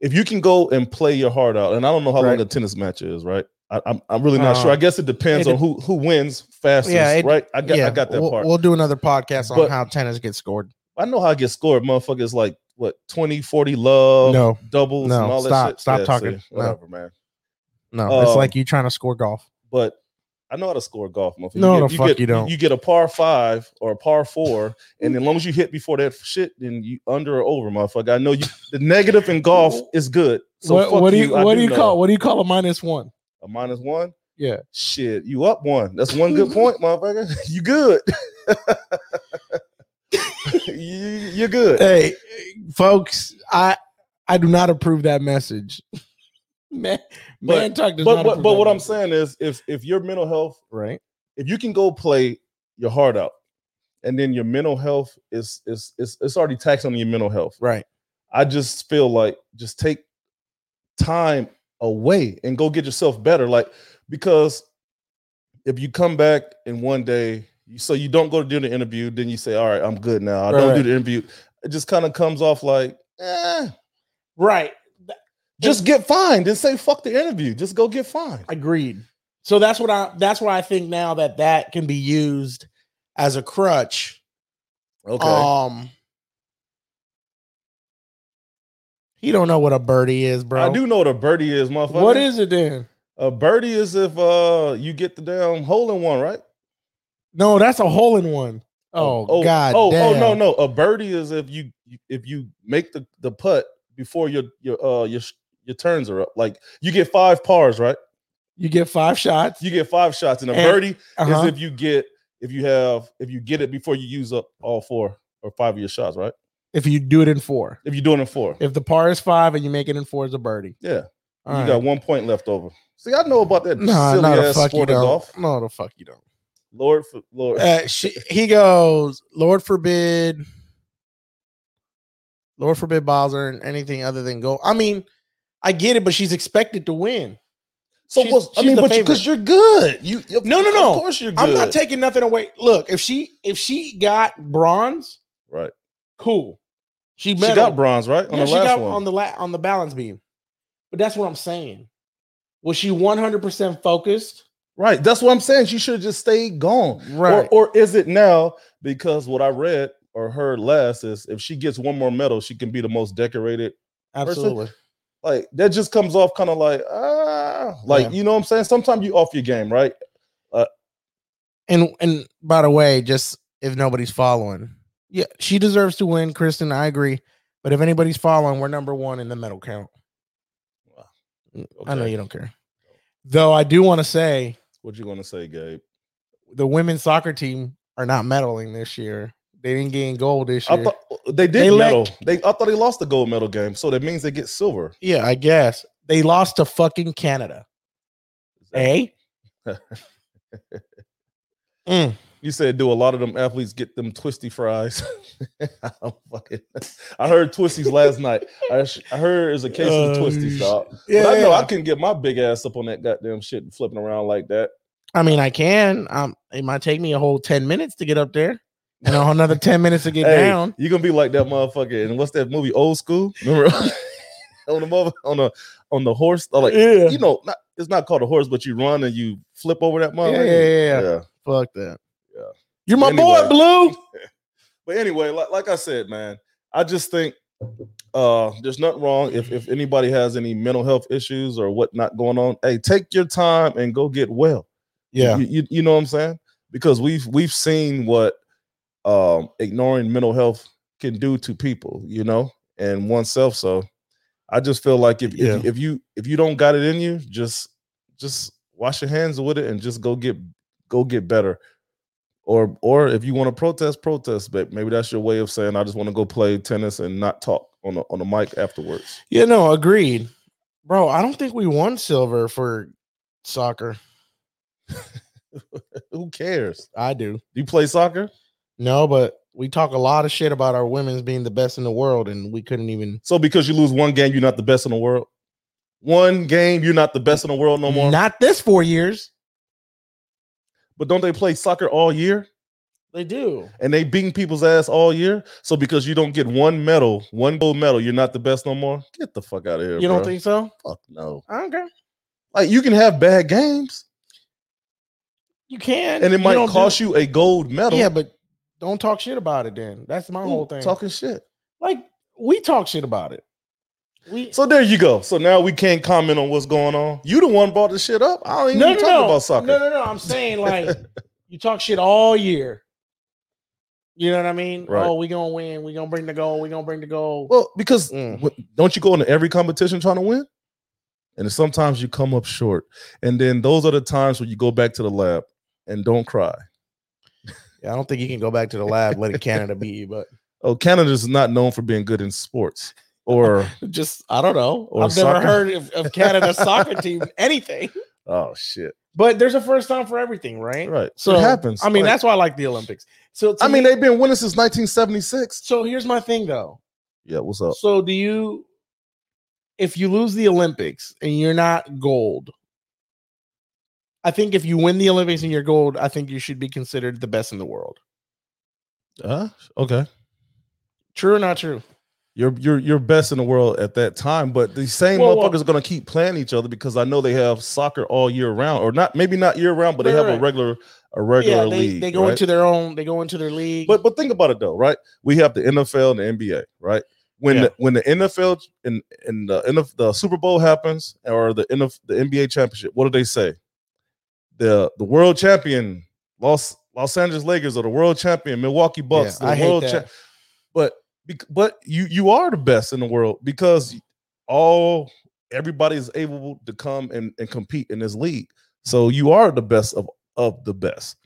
S2: if you can go and play your heart out, and I don't know how
S1: Right.
S2: long a tennis match is, right? I, I'm I'm really not
S1: Uh,
S2: sure. I guess it depends
S1: it
S2: on who who wins fastest,
S1: Yeah, it-
S2: right? I got
S1: yeah,
S2: I got that
S1: we'll,
S2: part.
S1: We'll do another podcast on
S2: But-
S1: how tennis gets scored.
S2: I know how I get scored. Motherfuckers like what 20, 40 love
S1: no,
S2: doubles
S1: No,
S2: and all
S1: stop,
S2: that shit.
S1: stop talking. No.
S2: whatever, man.
S1: no, it's
S2: um,
S1: like you trying to score golf.
S2: But I know how to score golf, motherfucker.
S1: No,
S2: get,
S1: the fuck
S2: get,
S1: you don't.
S2: You get a par five or a par four, and as long as you hit before that shit, then you under or over, motherfucker. I know you. The negative in golf is good. So fuck I know.
S1: What do you call a minus one?
S2: a minus one?
S1: Yeah.
S2: Shit, you up one. That's one good point, motherfucker. [laughs] You good. you, you're good.
S1: Hey, folks, I I do not approve that message. [laughs] Man,
S2: But-
S1: man, talk does
S2: But
S1: not
S2: but,
S1: approve
S2: but
S1: that
S2: what I'm
S1: message.
S2: saying is, if if your mental health
S1: right?
S2: if you can go play your heart out and then your mental health is is is it's already taxed on your mental health
S1: Right.
S2: i just feel like just take time away and go get yourself better like because if you come back and one day you so you don't go to do the interview then you say all right i'm good now i don't
S1: Right.
S2: do the interview it just kind of comes off like eh,
S1: Right.
S2: just get fined and say fuck the interview just go get fined
S1: Agreed. So that's what I that's why I think now that that can be used as a crutch.
S2: okay
S1: Um He don't know what a birdie is, bro.
S2: i do know what a birdie is motherfucker
S1: What is it then?
S2: A birdie is if uh you get the damn hole in one, right?
S1: No, that's a hole in one. Oh, god.
S2: Oh,
S1: damn.
S2: oh no, no. A birdie is if you if you make the the putt before your your uh your sh- your turns are up. Like you get five pars, right?
S1: You get five shots.
S2: You get five shots, and a
S1: And-
S2: birdie
S1: Uh-huh.
S2: is if you get if you have if you get it before you use up all four or five of your shots, right?
S1: if you do it in four.
S2: If you're doing it four,
S1: If the par is five and you make it in four, it's a birdie.
S2: yeah,
S1: All
S2: you
S1: right.
S2: got one point left over. See, I know about that
S1: no,
S2: silly
S1: no, the
S2: ass
S1: fuck you
S2: sport of
S1: don't.
S2: golf.
S1: No, the fuck you don't.
S2: Lord, for, Lord,
S1: uh, she, he goes, Lord forbid, Lord forbid Bowser and anything other than gold. I mean, I get it, but she's expected to win.
S2: so
S1: she's-
S2: what's, I
S1: she's
S2: mean,
S1: the
S2: but because you, are good, you you-
S1: No, no, no.
S2: Of course you're good.
S1: I'm not taking nothing away. Look, if she if she got bronze,
S2: right.
S1: cool. She,
S2: She got bronze, right? On
S1: yeah,
S2: the
S1: she
S2: last
S1: got
S2: one.
S1: on the la- on the balance beam. But that's what I'm saying. Was she 100% focused?
S2: right. That's what I'm saying. She should have just stayed gone.
S1: Right.
S2: Or, or is it now? Because what I read or heard last is if she gets one more medal, she can be the most decorated.
S1: Absolutely.
S2: Like that just comes off kind of like, ah, like
S1: Yeah.
S2: you know what I'm saying? Sometimes you off your game, right?
S1: And and by the way, just if nobody's following, yeah, she deserves to win, Kristen. I agree. But if anybody's following, we're number one in the medal count.
S2: Wow.
S1: Mm, I know
S2: Okay.
S1: you don't care. Though I do want to say
S2: What you gonna say, Gabe?
S1: the women's soccer team are not medaling this year. They didn't gain gold this year.
S2: I thought they did
S1: They lack-
S2: medal. They I thought they lost the gold medal game, so that means they get silver.
S1: yeah, I guess they lost to fucking Canada. Eh?
S2: [laughs]
S1: Mm.
S2: You said do a lot of them athletes get them twisty fries? [laughs] I don't fucking. [laughs] I heard twisties last night. I, sh- I heard it's a case of the
S1: Oh,
S2: twisties,
S1: sh-
S2: dog.
S1: Yeah,
S2: but I know
S1: yeah.
S2: I couldn't get my big ass up on that goddamn shit and flipping around like that.
S1: I mean, I can. Um, it might take me a whole ten minutes to get up there, and a whole another ten minutes to
S2: [laughs]
S1: get
S2: hey,
S1: down.
S2: you gonna be like that motherfucker. And what's that movie? Old school. Remember [laughs] on the mother, on the on the horse. Or like
S1: yeah.
S2: you know, not, it's not called a horse, but you run and you flip over that
S1: yeah, yeah,
S2: motherfucker.
S1: yeah, yeah.
S2: yeah.
S1: Fuck that.
S2: Yeah.
S1: You're my
S2: Anyway.
S1: boy, Blue.
S2: But anyway, like, like I said, man, I just think uh there's nothing wrong if if anybody has any mental health issues or whatnot going on hey take your time and go get well
S1: Yeah.
S2: you, you, you know what i'm saying because we've we've seen what um ignoring mental health can do to people you know and oneself so i just feel like if
S1: Yeah.
S2: if, if you if you don't got it in you just just wash your hands with it and just go get go get better or or if you want to protest protest but maybe that's your way of saying i just want to go play tennis and not talk on the on the mic afterwards
S1: Yeah, no, agreed. Bro, I don't think we won silver for soccer.
S2: who cares
S1: I do.
S2: do you play soccer
S1: No, but we talk a lot of shit about our women's being the best in the world, and we couldn't even
S2: so because you lose one game you're not the best in the world one game you're not the best in the world no more
S1: Not this four years.
S2: but don't they play soccer all year
S1: They do.
S2: and they beating people's ass all year so because you don't get one medal one gold medal you're not the best no more get the fuck out of here
S1: You don't
S2: bro.
S1: think so?
S2: fuck no
S1: I don't care.
S2: like you can have bad games
S1: You can,
S2: and it might cost
S1: you.
S2: you a gold
S1: don't
S2: medal
S1: do- Yeah, but don't talk shit about it. Then that's my
S2: Ooh,
S1: whole thing.
S2: talking shit
S1: like we talk shit about it. We
S2: So there you go. So now we can't comment on what's going on. You the one brought the shit up. I don't even
S1: no, no,
S2: talk
S1: no.
S2: about soccer.
S1: No, no, no. I'm saying [laughs] like you talk shit all year. You know what I mean?
S2: Right.
S1: Oh, we gonna win. We gonna bring the goal. We gonna bring the goal.
S2: Well, because
S1: Mm.
S2: what- don't you go into every competition trying to win? And sometimes you come up short. And then those are the times when you go back to the lab and don't cry.
S1: yeah, I don't think you can go back to the lab letting Canada beat you, but
S2: Oh, Canada's not known for being good in sports or
S1: [laughs] just I don't know.
S2: Or
S1: I've never
S2: soccer.
S1: heard of, of [laughs] Canada's soccer team anything.
S2: oh shit.
S1: But there's a first time for everything, right?
S2: Right.
S1: So
S2: it happens.
S1: I mean,
S2: Like,
S1: that's why I like the Olympics. So to
S2: I mean
S1: me-
S2: they've been winning since 1976.
S1: so here's my thing though.
S2: Yeah, what's up?
S1: So do you if you lose the Olympics and you're not gold? I think if you win the Olympics and you're gold, I think you should be considered the best in the world.
S2: Uh, okay.
S1: True or not true?
S2: You're you're you're best in the world at that time, but these same
S1: Well, well-
S2: motherfuckers are gonna keep playing each other because I know they have soccer all year round, or not maybe not year round, but they
S1: Right,
S2: have a
S1: right.
S2: regular a regular
S1: yeah, they,
S2: league.
S1: they go
S2: right?
S1: into their own, they go into their league.
S2: but but think about it though, right? We have the NFL and the NBA, right? When
S1: Yeah.
S2: the, when the NFL and and the NF, the Super Bowl happens or the NF, the NBA championship, what do they say? The the world champion Los Los Angeles Lakers or the world champion Milwaukee
S1: Yeah,
S2: Bucks. the
S1: I hate
S2: world cha-
S1: that.
S2: but bec- but you you are the best in the world because all everybody is able to come and, and compete in this league so you are the best of of the best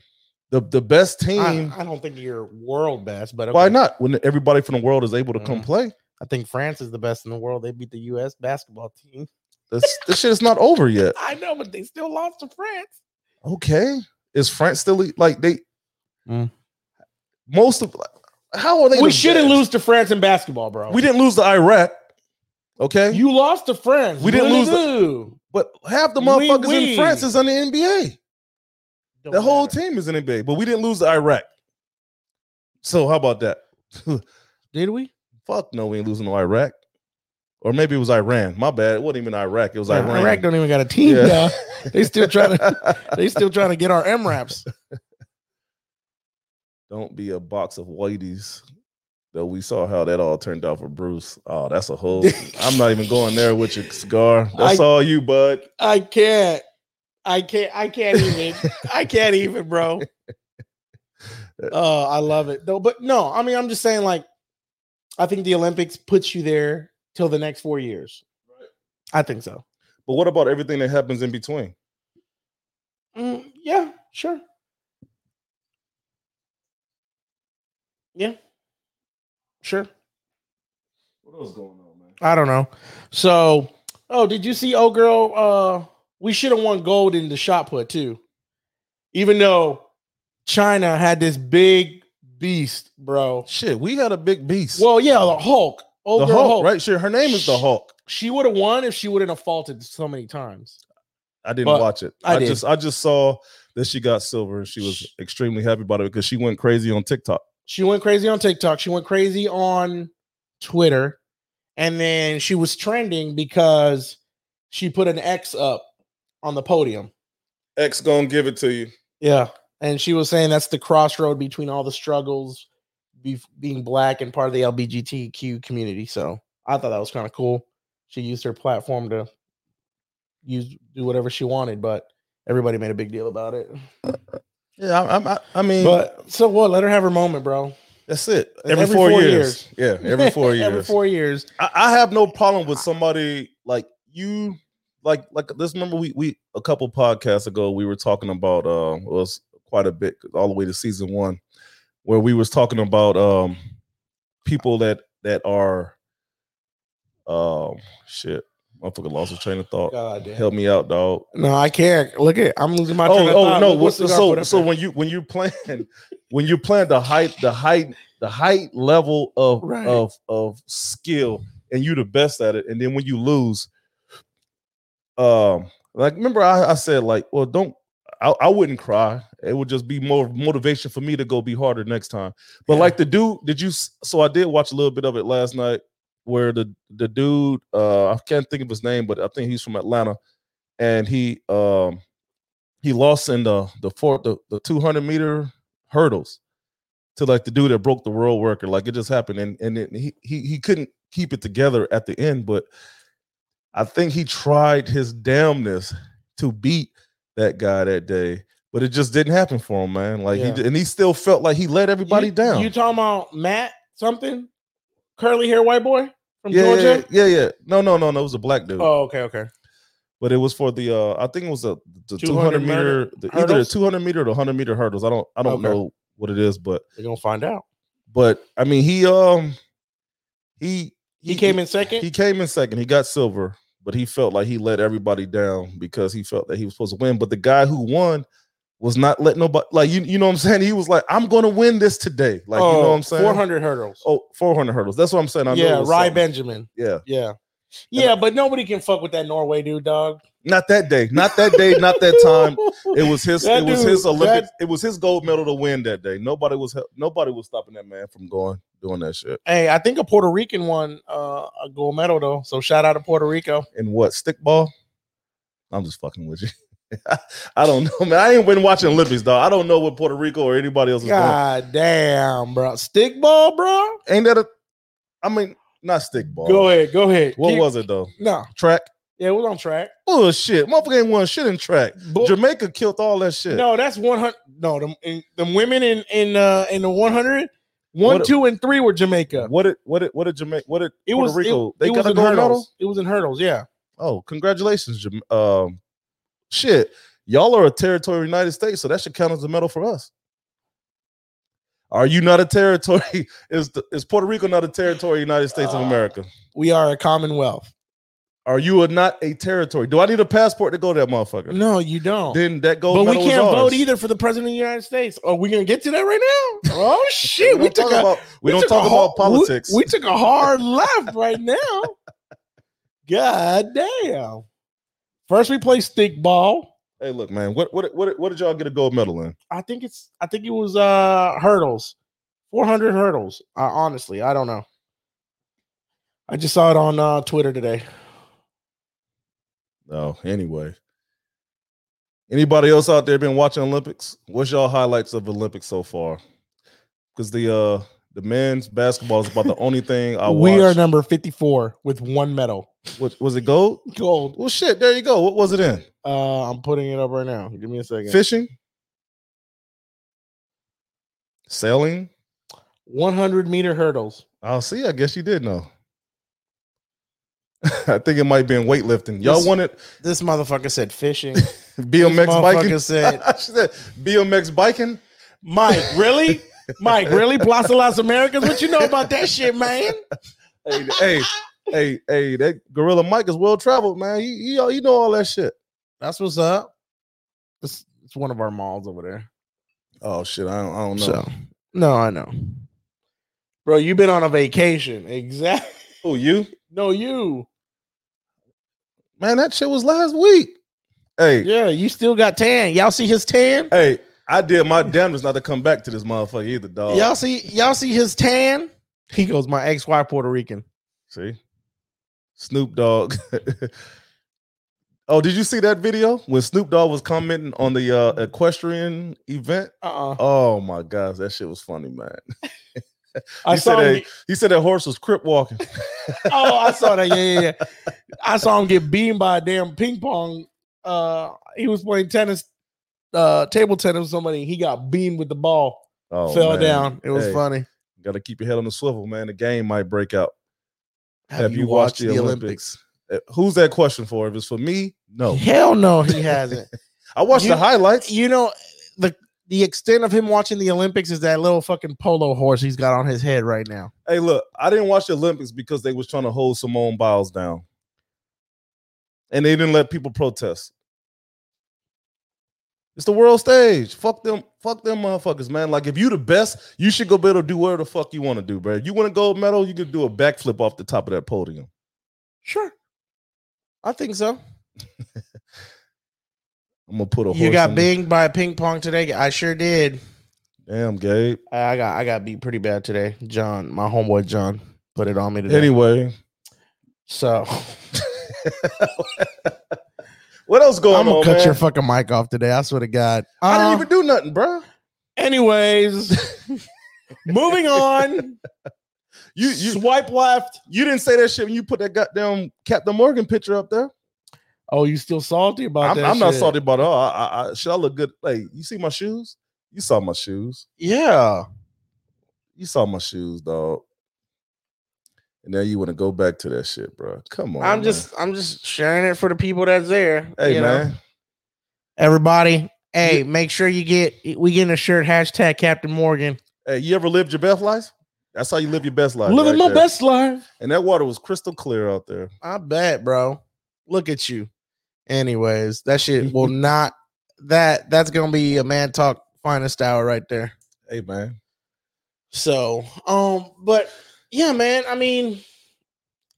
S2: the the best team
S1: I, I don't think you're world best, but
S2: why
S1: okay.
S2: not when everybody from the world is able to come
S1: Mm.
S2: play
S1: I think France is the best in the world. They beat the U.S. basketball team.
S2: this this shit is not over yet
S1: I know, but they still lost to France.
S2: okay is france still e- like they
S1: Mm.
S2: most of how are they
S1: We
S2: the
S1: shouldn't
S2: best?
S1: lose to France in basketball, bro.
S2: we didn't lose to iraq okay
S1: You lost to France.
S2: We didn't
S1: What
S2: lose
S1: do
S2: the-
S1: you do?
S2: but half the
S1: We
S2: motherfuckers in
S1: win.
S2: france is on the nba
S1: Don't
S2: The whole
S1: matter.
S2: team is in NBA, but we didn't lose to Iraq. So how about that?
S1: Did we?
S2: Fuck no, we ain't losing to Iraq. Or maybe it was Iran. My bad. It wasn't even Iraq. It was
S1: Yeah,
S2: Iran.
S1: Iraq don't even got a team
S2: yeah.
S1: now. [laughs] They still trying to
S2: [laughs]
S1: they still trying to get our MRAPs.
S2: don't be a box of whiteys. Though we saw how that all turned out for Bruce. Oh, that's a [laughs] whole. I'm not even going there with your cigar. That's
S1: I-
S2: all you, bud.
S1: [laughs] I can't. I can't I can't even. I can't even,
S2: [laughs]
S1: bro. Oh, I love it. Though, but no, I mean I'm just saying like I think the Olympics puts you there till the next 4 years. I think so.
S2: But what about everything that happens in between?
S1: Mm, yeah, sure. Yeah. Sure.
S2: What else going on, man?
S1: I don't know. So, oh, did you see? Oh, girl, uh, we should have won gold in the shot put too, even though China had this big beast, bro.
S2: Shit, we had a big beast.
S1: Well, yeah, the Hulk. Oh,
S2: the
S1: girl,
S2: Hulk,
S1: Hulk.
S2: right? Sure, her name is the Hulk.
S1: She would have won if she wouldn't have faulted so many times.
S2: I didn't
S1: But
S2: watch it. I,
S1: I did.
S2: just I just saw that she got silver and she was extremely happy about it because she went crazy on TikTok.
S1: She went crazy on TikTok. She went crazy on Twitter, and then she was trending because she put an X up on the podium.
S2: X gonna give it to you.
S1: Yeah. And she was saying that's the crossroad between all the struggles be- being black and part of the LBGTQ community. So I thought that was kind of cool. She used her platform to use do whatever she wanted, but everybody made a big deal about it.
S2: Yeah, I, I, I- I mean,
S1: But so what? Let her have her moment, bro.
S2: that's it.
S1: every four
S2: Yeah, [laughs] every four
S1: [laughs]
S2: years.
S1: every four years.
S2: I, I have no problem with somebody like you, like like. Let's remember we we a couple podcasts ago we were talking about uh it was quite a bit all the way to season one, where we was talking about um people that that are um shit. Motherfucker lost his train of thought.
S1: God damn.
S2: Help me out, dog.
S1: No, I can't. Look at I'm losing my. train of
S2: Oh, oh
S1: thought.
S2: no!
S1: Look
S2: What's
S1: cigar I put
S2: so
S1: up
S2: so
S1: there.
S2: when you when you plan [laughs] when you plan the height the height the height level of
S1: Right.
S2: of of skill and you the best at it, and then when you lose, um, like remember I, I said like, well, don't I, I wouldn't cry. It would just be more motivation for me to go be harder next time. But
S1: Yeah.
S2: like the dude, did you? s- So I did watch a little bit of it last night, where the the dude, uh, I can't think of his name, but I think he's from Atlanta, and he um he lost in the the four the, the two hundred meter hurdles to like the dude that broke the world record. Like it just happened, and and it, he he he couldn't keep it together at the end, but I think he tried his damnness to beat that guy that day. But it just didn't happen for him, man. Like
S1: Yeah.
S2: he and he still felt like he let everybody
S1: you,
S2: down.
S1: You talking about Matt something? Curly hair white boy from
S2: yeah,
S1: Georgia?
S2: Yeah, yeah, yeah. No, no, no, no. It was a black dude.
S1: Oh, okay, okay.
S2: But it was for the uh I think it was a the
S1: 200
S2: 200
S1: meter
S2: meter the, either the
S1: hurdles?
S2: 200 meter or the 100 meter hurdles. I don't I don't
S1: Okay.
S2: know what it is, but
S1: They're gonna find out.
S2: but I mean he um he
S1: He came in second.
S2: he came in second. He got silver, but he felt like he let everybody down because he felt that he was supposed to win. But the guy who won was not letting nobody like you you know what I'm saying? He was like I'm going to win this today. Like you know what I'm saying?
S1: Oh, Four hundred hurdles.
S2: Oh, 400 hurdles. That's what I'm saying. I know it
S1: yeah,
S2: was
S1: Rye
S2: something.
S1: Benjamin.
S2: Yeah.
S1: Yeah, yeah, but nobody can fuck with that Norway dude, dog.
S2: Not that day. Not that day. Not that
S1: [laughs]
S2: time. It was his.
S1: That
S2: it was
S1: dude-
S2: his Olympic.
S1: that-
S2: it was his gold medal to win that day. Nobody was. hel- Nobody was stopping that man from going doing that shit.
S1: hey, I think a Puerto Rican won uh, a gold medal though. So shout out to Puerto Rico.
S2: And what stickball? I'm just fucking with you. [laughs] I don't know, man. I ain't been watching Olympics, dog. I don't know what Puerto Rico or anybody else is
S1: God damn, bro. Stickball, bro.
S2: doing. Ain't that a? I mean, not stickball.
S1: Go ahead, go ahead.
S2: What was it though?
S1: No,
S2: Track.
S1: yeah, we're on track.
S2: Bullshit. Motherfucker ain't won shit in track.
S1: Bull-
S2: Jamaica killed all that shit.
S1: No, that's one hundred. No, them in, them women in in uh, in the one hundred. One,
S2: What-
S1: two, and three were Jamaica.
S2: What did what did what did Jamaica? What did
S1: It
S2: Puerto
S1: was
S2: Rico?
S1: It,
S2: they
S1: it
S2: got
S1: was
S2: a
S1: in
S2: gold medal.
S1: hurdles. It was in hurdles. Yeah.
S2: Oh, congratulations, Jam- um, shit, y'all are a territory of the United States, so that should count as a medal for us. Are you not a territory? [laughs] Is the, is Puerto Rico not a territory of the United States of
S1: Uh.
S2: America?
S1: we are a commonwealth.
S2: Are you a, not a territory? Do I need a passport to go to that motherfucker?
S1: No, you don't.
S2: Then that gold
S1: but we
S2: medal was
S1: can't vote
S2: ours.
S1: either for the president of the United States. Are we gonna get to that right now? Oh shit,
S2: [laughs] We,
S1: we
S2: don't talk
S1: took a
S2: about we, don't
S1: took a
S2: talk
S1: hard-
S2: about politics.
S1: We, we took a hard left right now.
S2: [laughs]
S1: God damn. First we play stickball.
S2: hey, look, man, what, what what what did y'all get a gold medal in?
S1: I think it's I think it was uh hurdles. 400 hurdles. Uh, honestly, I don't know. I just saw it on uh, Twitter today.
S2: No, anyway. Anybody else out there been watching Olympics? What's y'all highlights of Olympics so far? Because the uh the men's basketball is about the
S1: [laughs]
S2: only thing I
S1: we are
S2: watched.
S1: number 54 with one medal.
S2: What- was it gold?
S1: Gold.
S2: Well, shit, there you go. What was it in?
S1: Uh, I'm putting it up right now. Give me a second.
S2: Fishing, sailing.
S1: 100 meter hurdles.
S2: I'll see. I guess you did know. [laughs] I think it might be in weightlifting. Y'all
S1: This-
S2: wanted
S1: This motherfucker said [laughs] fishing. This
S2: BMX biking.
S1: motherfucker said-
S2: [laughs] she said BMX biking.
S1: [laughs] Mike, really? Mike, really? Plaza Las Americas? What you know about that shit, man?
S2: hey, hey, hey, hey, that Gorilla Mike is well traveled, man. He, he, he know all that shit.
S1: That's what's up. It's, it's one of our malls over there.
S2: Oh shit, I don't, I don't know.
S1: So, no, I know. Bro, you've been on a vacation. Exactly.
S2: Who you?
S1: [laughs] No, you.
S2: Man, that shit was last week. Hey,
S1: Yeah, you still got tan. Y'all see his tan?
S2: hey, I did my damnedest not to come back to this motherfucker either, dog.
S1: Y'all see y'all see his tan? Oh. He goes, my ex-wife Puerto Rican.
S2: See, Snoop Dogg. [laughs] oh, did you see that video when Snoop Dogg was commenting on the uh, equestrian event?
S1: Uh-uh.
S2: Oh my gosh, that shit was funny, man.
S1: I
S2: You said
S1: saw him.
S2: that- He said that horse was crip walking.
S1: get- Oh, I saw that. Yeah, yeah, yeah. I saw him get beamed by a damn ping pong. Uh, he was playing tennis, uh, table tennis with somebody. He got beamed with the ball,
S2: Oh,
S1: fell
S2: man.
S1: down. It was
S2: Hey,
S1: funny.
S2: Got to keep your head on the swivel, man. The game might break out.
S1: Have, you, watched, the Olympics?
S2: Uh, Who's that question for? If it's for me,
S1: [laughs]
S2: no.
S1: Hell no, he hasn't.
S2: I watched
S1: You-
S2: the highlights.
S1: you know the the extent of him watching the Olympics is that little fucking polo horse he's got on his head right now.
S2: Hey, look, I didn't watch the Olympics because they was trying to hold Simone Biles down, and they didn't let people protest. It's the world stage. Fuck them. Fuck them motherfuckers, man. Like if you the best, you should go be able to do whatever the fuck you want to do, bro. If you want a gold medal, you could do a backflip off the top of that podium.
S1: Sure, I think so.
S2: I'm gonna put a horse.
S1: You got
S2: in there.
S1: binged by ping pong today. I sure did.
S2: Damn, Gabe.
S1: I got I got beat pretty bad today. John, my homeboy John, put it on me today.
S2: Anyway,
S1: so [laughs]
S2: what else going
S1: I'm gonna
S2: on,
S1: cut
S2: man?
S1: your fucking mic off today. I swear to God.
S2: I
S1: Uh,
S2: didn't even do nothing, bro.
S1: anyways, [laughs] moving on.
S2: You you
S1: swipe left.
S2: you didn't say that shit when you put that goddamn Captain Morgan picture up there.
S1: Oh, you still salty about
S2: I'm,
S1: that?
S2: I'm not
S1: shit.
S2: salty about it. at all. I, I, I shit, I look good. Like you see my shoes? You saw my shoes.
S1: Yeah.
S2: You saw my shoes, dog. And now you want to go back to that shit, bro. Come on.
S1: I'm
S2: man.
S1: just I'm just sharing it for the people that's there.
S2: Hey
S1: you know.
S2: man,
S1: Everybody, hey, make sure you get we getting a shirt hashtag Captain Morgan.
S2: hey, you ever lived your best life? That's how you live your best life.
S1: Living
S2: right
S1: my
S2: there.
S1: best life.
S2: And that water was crystal clear out there.
S1: I bet, bro. Look at you. Anyways, that shit
S2: [laughs]
S1: will not that that's gonna be a man talk finest hour right there.
S2: Hey man,
S1: So, um, but yeah, man. I mean,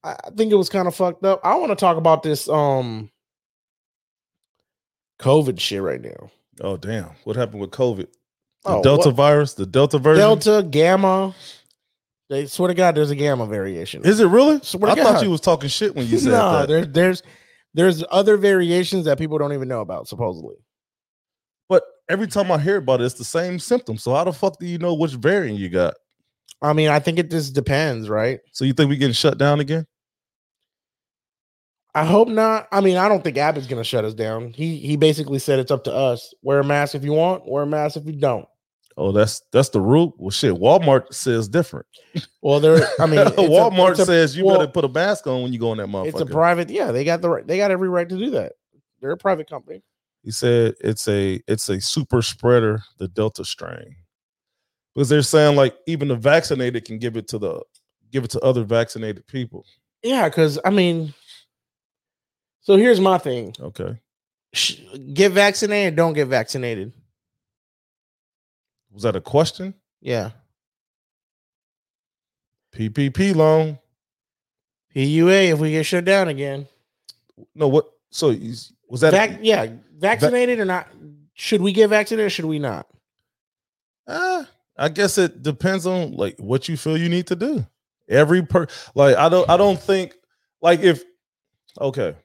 S1: I I think it was kind of fucked up. I want to talk about this um COVID shit right now.
S2: oh damn, what happened with COVID? The
S1: Oh,
S2: Delta
S1: what-
S2: virus, the Delta version.
S1: Delta, Gamma. They swear to God, there's a Gamma variation.
S2: Is it really?
S1: Swear
S2: I
S1: to
S2: thought
S1: God.
S2: you was talking shit when
S1: [laughs]
S2: you said
S1: no,
S2: that.
S1: there's there's there's other variations that people don't even know about supposedly.
S2: But every time I hear about it, it's the same symptom. So how the fuck do you know which variant you got?
S1: I mean, I think it just depends, right?
S2: So you think we getting shut down again?
S1: I hope not. I mean, I don't think Abbott's gonna shut us down. He he basically said it's up to us. Wear a mask if you want. Wear a mask if you don't.
S2: Oh, that's that's the rule. Well, shit, Walmart says different.
S1: Well, there. I
S2: [laughs]
S1: mean, it's a-
S2: Walmart
S1: it's a-
S2: says you
S1: well,
S2: better put a mask on when you go in that motherfucker.
S1: it's a private. Yeah, they got the right. They got every right to do that. They're a private company.
S2: he said it's a it's a super spreader, the Delta strain, because they're saying like even the vaccinated can give it to the give it to other vaccinated people.
S1: Yeah, because I mean, so here's my thing:
S2: Okay,
S1: Sh- get vaccinated, don't get vaccinated.
S2: was that a question?
S1: Yeah,
S2: PPP loan.
S1: PUA if we get shut down again.
S2: No, what? So you- was that?
S1: Vac- yeah, vaccinated or not? Should we get vaccinated? or Should we not?
S2: Uh, I guess it depends on like what you feel you need to do. Every per like I don't I don't think like if okay.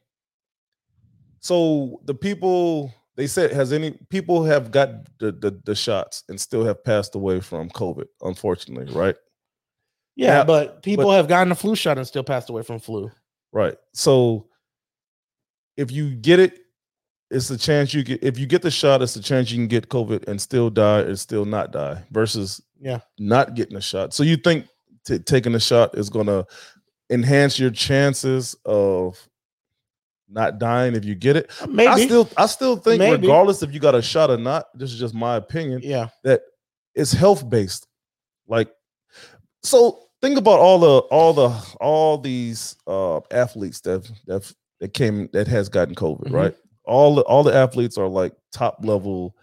S2: So the people they said has any people have got the the, the shots and still have passed away from COVID, unfortunately, right?
S1: Yeah,
S2: Yeah,
S1: but people have gotten the flu shot and still passed away from flu.
S2: Right. So if you get it, it's a chance you get if you get the shot, it's a chance you can get COVID and still die and still not die versus
S1: Yeah.
S2: not getting a shot. So you think t- taking a shot is gonna enhance your chances of not dying if you get it?
S1: Maybe.
S2: I still I still think
S1: Maybe.
S2: regardless if you got a shot or not, this is just my opinion
S1: yeah.
S2: it's health based like so think about all the all the all these uh athletes that that that came that has gotten covid
S1: Mhm.
S2: right all the all the athletes are like top level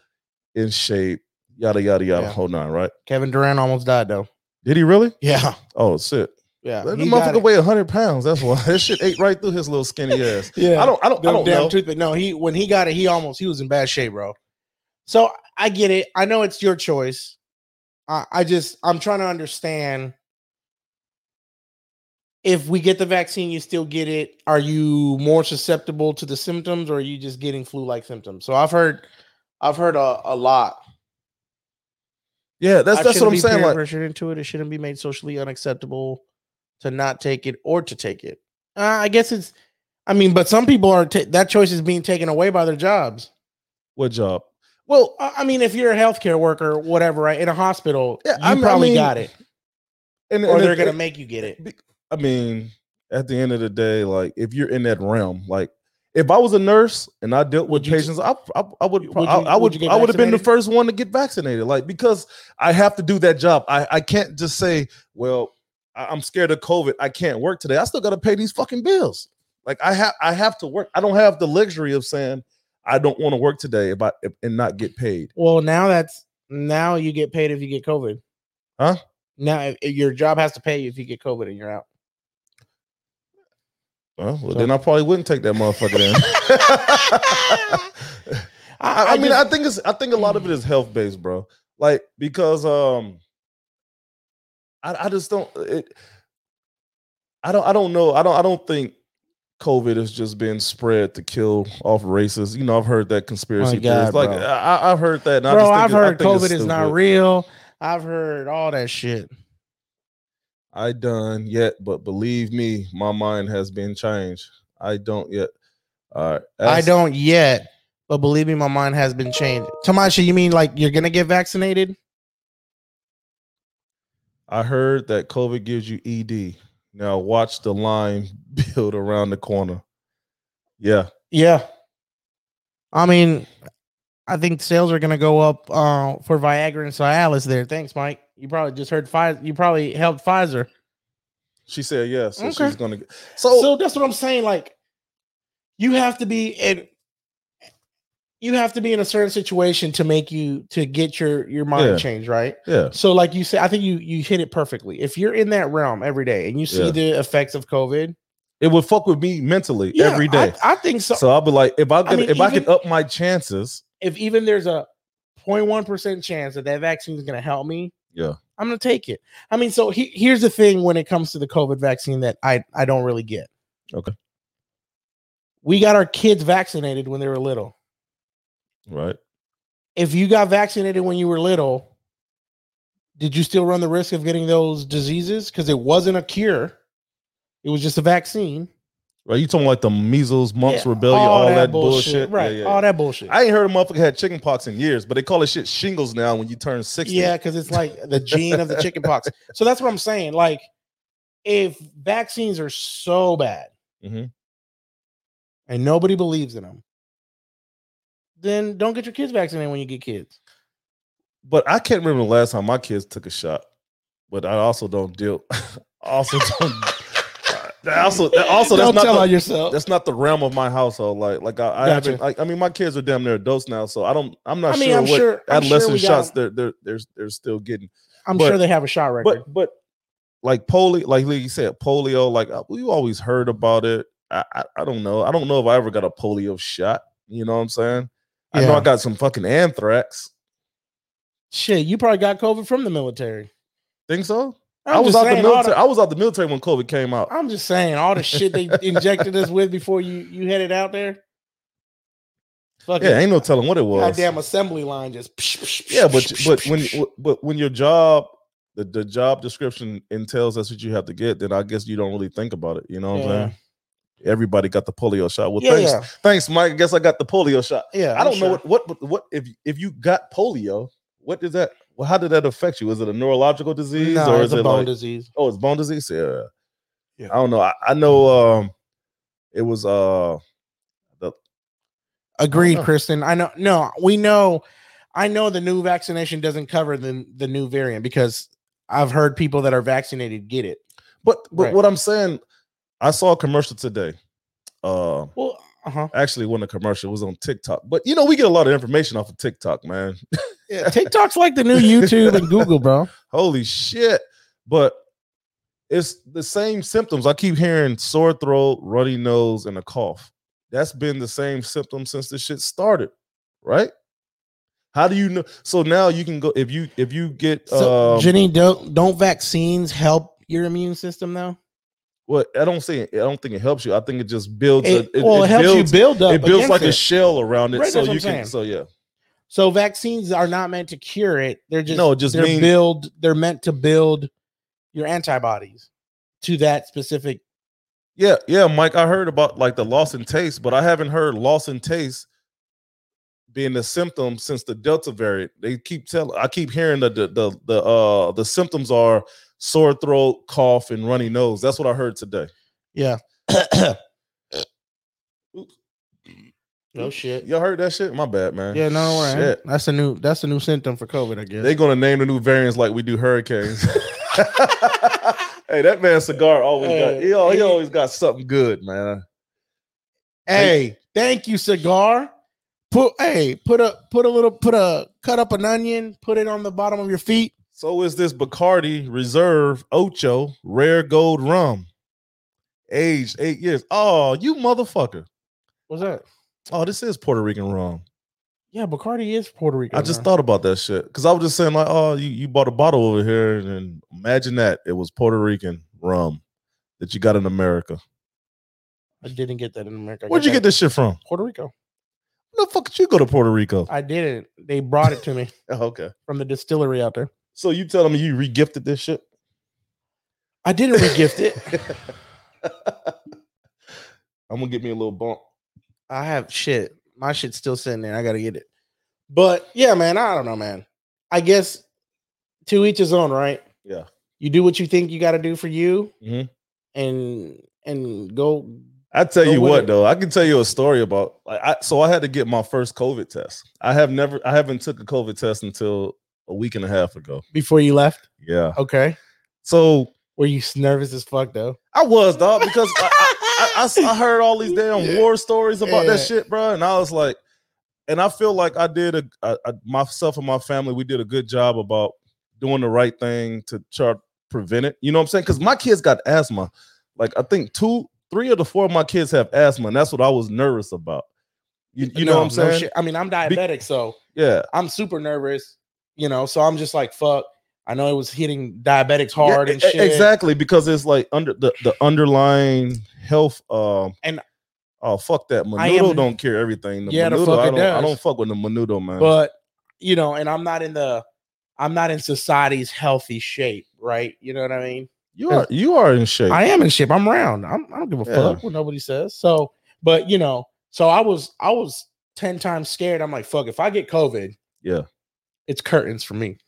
S2: in shape yada yada yada
S1: Yeah.
S2: hold on right
S1: Kevin Durant almost died though.
S2: did he really
S1: [laughs] Yeah.
S2: oh shit
S1: Yeah.
S2: that
S1: he got
S2: motherfucker
S1: it.
S2: weigh 100 pounds that's why [laughs] that shit ate right through his little skinny ass
S1: yeah.
S2: i don't i don't i
S1: Them
S2: don't
S1: damn
S2: know
S1: toothpick. No, he when he got it, he almost he was in bad shape, bro. So I get it. I know it's your choice. I, I just I'm trying to understand. If we get the vaccine, you still get it. Are you more susceptible to the symptoms, or are you just getting flu-like symptoms? So I've heard, I've heard a, a lot.
S2: Yeah, that's
S1: I
S2: that's what
S1: shouldn't
S2: I'm
S1: be
S2: saying.
S1: peer
S2: Like,
S1: pressured into it. It shouldn't be made socially unacceptable to not take it or to take it. Uh, I guess it's. I mean, but some people are ta- that choice is being taken away by their jobs.
S2: what job?
S1: Well, I I mean, if you're a healthcare worker, whatever, right, in a hospital,
S2: Yeah,
S1: you
S2: I mean- I
S1: probably
S2: mean,
S1: got it,
S2: And,
S1: or
S2: and
S1: they're
S2: it-
S1: gonna make you get it.
S2: I mean, at the end of the day, like if you're in that realm, like if I was a nurse and I dealt with
S1: Would you t-
S2: patients, I, I, I would,
S1: Would
S2: pro-
S1: you-
S2: I, I
S1: would
S2: would,
S1: you get
S2: I would have been the
S1: vaccinated?
S2: first one to get vaccinated, like because I have to do that job. I, I can't just say, well, I, I'm scared of COVID. I can't work today. I still got to pay these fucking bills. Like I have, I have to work. I don't have the luxury of saying I don't want to work today if I if, and not get paid.
S1: Well, now that's now you get paid if you get COVID.
S2: Huh?
S1: Now if, if your job has to pay you if you get COVID and you're [laughs] out.
S2: Well, well
S1: So-
S2: then I probably wouldn't take that motherfucker
S1: [laughs]
S2: then. [laughs] I, I, mean,
S1: just-
S2: I think it's I think a lot of it is health based, bro. Like because um, I I just don't it. I don't I don't know I don't I don't think COVID has just been spread to kill off races. You know I've heard that conspiracy theories.
S1: Oh, God,
S2: Like
S1: bro.
S2: I, I- I've heard that. And I
S1: bro,
S2: just think
S1: I've
S2: it- I
S1: heard
S2: think it's
S1: COVID is not
S2: stupid.
S1: real. I've heard all that shit.
S2: I done yet, but believe me, my mind has been changed. I don't yet. All right,
S1: I
S2: as-
S1: don't yet, but believe me, my mind has been changed. Tamasha, you mean like you're gonna get vaccinated?
S2: I heard that COVID gives you ED. Now watch the line [laughs] build around the corner. Yeah.
S1: Yeah. I mean, I think sales are gonna go up uh, for Viagra and Cialis. There, thanks, Mike. You probably just heard Pfizer. You probably helped Pfizer.
S2: She said yes. so
S1: Okay.
S2: she's gonna get so,
S1: so that's what I'm saying. Like, you have to be in, you have to be in a certain situation to make you to get your your mind
S2: Yeah.
S1: changed, right?
S2: yeah.
S1: So, like you said, I think you you hit it perfectly. If you're in that realm every day and you see
S2: Yeah.
S1: the effects of COVID
S2: It would fuck with me mentally
S1: yeah,
S2: every day.
S1: I, I think so.
S2: so, I'll be like, if I could
S1: mean,
S2: if I could
S1: even-
S2: up my chances,
S1: If even there's a 0.1 percent chance that that vaccine is going to help me,
S2: Yeah.
S1: I'm going to take it. I mean, so he, here's the thing when it comes to the COVID vaccine that I I don't really get.
S2: Okay.
S1: We got our kids vaccinated when they were little.
S2: right?
S1: if you got vaccinated when you were little, did you still run the risk of getting those diseases? Because it wasn't a cure, it was just a vaccine.
S2: Right. You talking like the measles, mumps,
S1: Yeah,
S2: rebellion, all, that, bullshit. Yeah,
S1: Right.
S2: yeah,
S1: All
S2: yeah.
S1: that bullshit.
S2: I ain't heard a motherfucker had chicken pox in years, but they call it shit shingles now when you turn 60.
S1: yeah, because it's like the gene of the chickenpox. So that's what I'm saying. Like, if vaccines are so bad
S2: Mhm.
S1: and nobody believes in them, then don't get your kids vaccinated when you get kids.
S2: But I can't remember the last time my kids took a shot. But I also don't deal. [laughs] also
S1: [laughs]
S2: don't. that also, that also that's
S1: don't
S2: not
S1: tell
S2: the-
S1: on yourself.
S2: that's not the realm of my household. Like, like I, I
S1: Gotcha.
S2: haven't. Like, I mean, my kids are damn near adults now, so I don't. I'm not
S1: I mean,
S2: sure
S1: I'm
S2: what
S1: sure- I'm sure
S2: adolescent
S1: we got
S2: shots
S1: 'em.
S2: they're they're they're they're still getting.
S1: I'm
S2: but-
S1: sure they have a shot record.
S2: But but like polio, like you said, polio. Like uh, you always heard about it. I, I I don't know. I don't know if I ever got a polio shot. You know what I'm saying? I know
S1: Yeah.
S2: I got some fucking anthrax.
S1: Shit, you probably got COVID from the military.
S2: Think so?
S1: I'm
S2: I was
S1: just
S2: out the
S1: saying all
S2: military. I was out the military when COVID came out.
S1: the- I'm just saying all the shit
S2: [laughs]
S1: they injected us with before you you headed out there. Fucking
S2: Yeah, ain't no telling what it was.
S1: goddamn assembly line just.
S2: Yeah, but but when but when your job the, the job description entails that's what you have to get, then I guess you don't really think about it. You know what
S1: Yeah.
S2: I'm saying? Everybody got the polio shot. Well,
S1: yeah,
S2: thanks,
S1: yeah,
S2: thanks, Mike. I guess I got the polio shot.
S1: yeah,
S2: I
S1: I'm
S2: don't
S1: sure.
S2: know what, what what what if if you got polio, what is that? Well, how did that affect you? Is it a neurological disease
S1: No,
S2: or
S1: it's
S2: is
S1: a
S2: it
S1: bone
S2: like
S1: disease.
S2: oh it's bone disease? Yeah.
S1: Yeah.
S2: I don't know. I, I know um it was uh
S1: Agreed,
S2: know.
S1: Kristen. I know. No, we know. I know the new vaccination doesn't cover the the new variant because I've heard people that are vaccinated get it.
S2: but but
S1: Right.
S2: what I'm saying, I saw a commercial today. Uh
S1: Well, uh huh.
S2: actually it wasn't a commercial, it was on TikTok. But you know, we get a lot of information off of TikTok, man.
S1: Yeah, [laughs] TikTok's like the new YouTube and Google,
S2: [laughs]
S1: bro.
S2: Holy shit. But it's the same symptoms. I keep hearing sore throat, runny nose, and a cough. That's been the same symptom since this shit started, right? How do you know? So now you can go if you if you get
S1: So,
S2: um,
S1: Jenny, don't don't vaccines help your immune system though?
S2: well, I don't say I don't think it helps you. I think it just builds. a-
S1: It, well, it, helps
S2: builds,
S1: you build up.
S2: It builds
S1: against
S2: like a
S1: it.
S2: shell around it,
S1: Right,
S2: so
S1: that's what
S2: you
S1: I'm saying.
S2: can. So yeah,
S1: So vaccines are not meant to cure it. They're just
S2: No, it just
S1: they're
S2: mean-
S1: build they're meant to build your antibodies to that specific
S2: Yeah, yeah, Mike. I heard about like the loss in taste, but I haven't heard loss in taste being the symptom since the Delta variant. They keep telling I keep hearing that the the the uh the symptoms are sore throat, cough, and runny nose. That's what I heard today.
S1: [coughs] yeah. no Oh, shit.
S2: Y'all heard that shit? My bad, man.
S1: Yeah, no, no worry.
S2: Shit.
S1: That's a new that's a new symptom for COVID, I guess.
S2: They're gonna name the new variants like we
S1: [laughs]
S2: do hurricanes. [laughs] hey, that man cigar always got he, al- he always got something good, man.
S1: Hey, thank you, cigar. Put hey, put a put a little put a cut up an onion, put it on the bottom of your feet.
S2: So is this Bacardi Reserve Ocho Rare Gold Rum, aged eight years. Oh, you motherfucker!
S1: What's that?
S2: Oh, this is Puerto Rican rum.
S1: Yeah, Bacardi is Puerto Rican.
S2: I just
S1: huh?
S2: thought about that shit because I was just saying like, oh, you, you bought a bottle over here, and, and imagine that it was Puerto Rican rum that you got in America.
S1: I didn't get that in America. I
S2: Where'd
S1: got
S2: you get
S1: that
S2: this shit from?
S1: in Puerto Rico?
S2: Where the fuck did you go to Puerto Rico?
S1: I didn't. They brought it to me
S2: Oh, okay,
S1: from the distillery out there.
S2: so you telling me you regifted this [laughs] shit?
S1: I didn't regift it.
S2: [laughs] I'm gonna get me a little bump.
S1: I have shit. My shit's still sitting there. I gotta get it. But yeah, man, I don't know, man. I guess to each his own, right?
S2: Yeah.
S1: You do what you think you gotta do for you
S2: Mhm.
S1: and and go
S2: I tell
S1: Go
S2: you
S1: with
S2: what
S1: it.
S2: though, I can tell you a story about like I so I had to get my first COVID test. I have never I haven't took a COVID test until a week and a half ago.
S1: before you left.
S2: Yeah.
S1: Okay.
S2: So
S1: Were you s- nervous as fuck though?
S2: I was dog because I, I- I- [laughs] I s- I heard all these damn
S1: Yeah.
S2: war stories about
S1: Yeah.
S2: that shit, bro. And I was like, and I feel like I did a, I, I- myself and my family, we did a good job about doing the right thing to try to prevent it. You know what I'm saying? Because my kids got asthma. Like I think two, three of the four of my kids have asthma, and that's what I was nervous about. You, you know
S1: No,
S2: what I'm
S1: no
S2: saying?
S1: shit. I mean, I'm diabetic, so
S2: yeah.
S1: I'm super nervous, you know. So I'm just like, fuck. I know it was hitting diabetics hard
S2: Yeah,
S1: and
S2: e-
S1: shit.
S2: Exactly, because it's like under the, the underlying health um
S1: And-
S2: oh fuck that
S1: I am-
S2: Menudo don't care everything.
S1: Yeah, the
S2: Menudo,
S1: fuck
S2: I
S1: it
S2: don't I
S1: does.
S2: don't fuck with the Menudo, man.
S1: but you know and i'm not in the i'm not in society's healthy shape right you know what i mean
S2: you are you are in shape.
S1: i am in shape i'm round I'm, i don't give a
S2: Yeah.
S1: fuck what nobody says so but you know so i was i was 10 times scared i'm like fuck if i get covid
S2: Yeah.
S1: it's curtains for me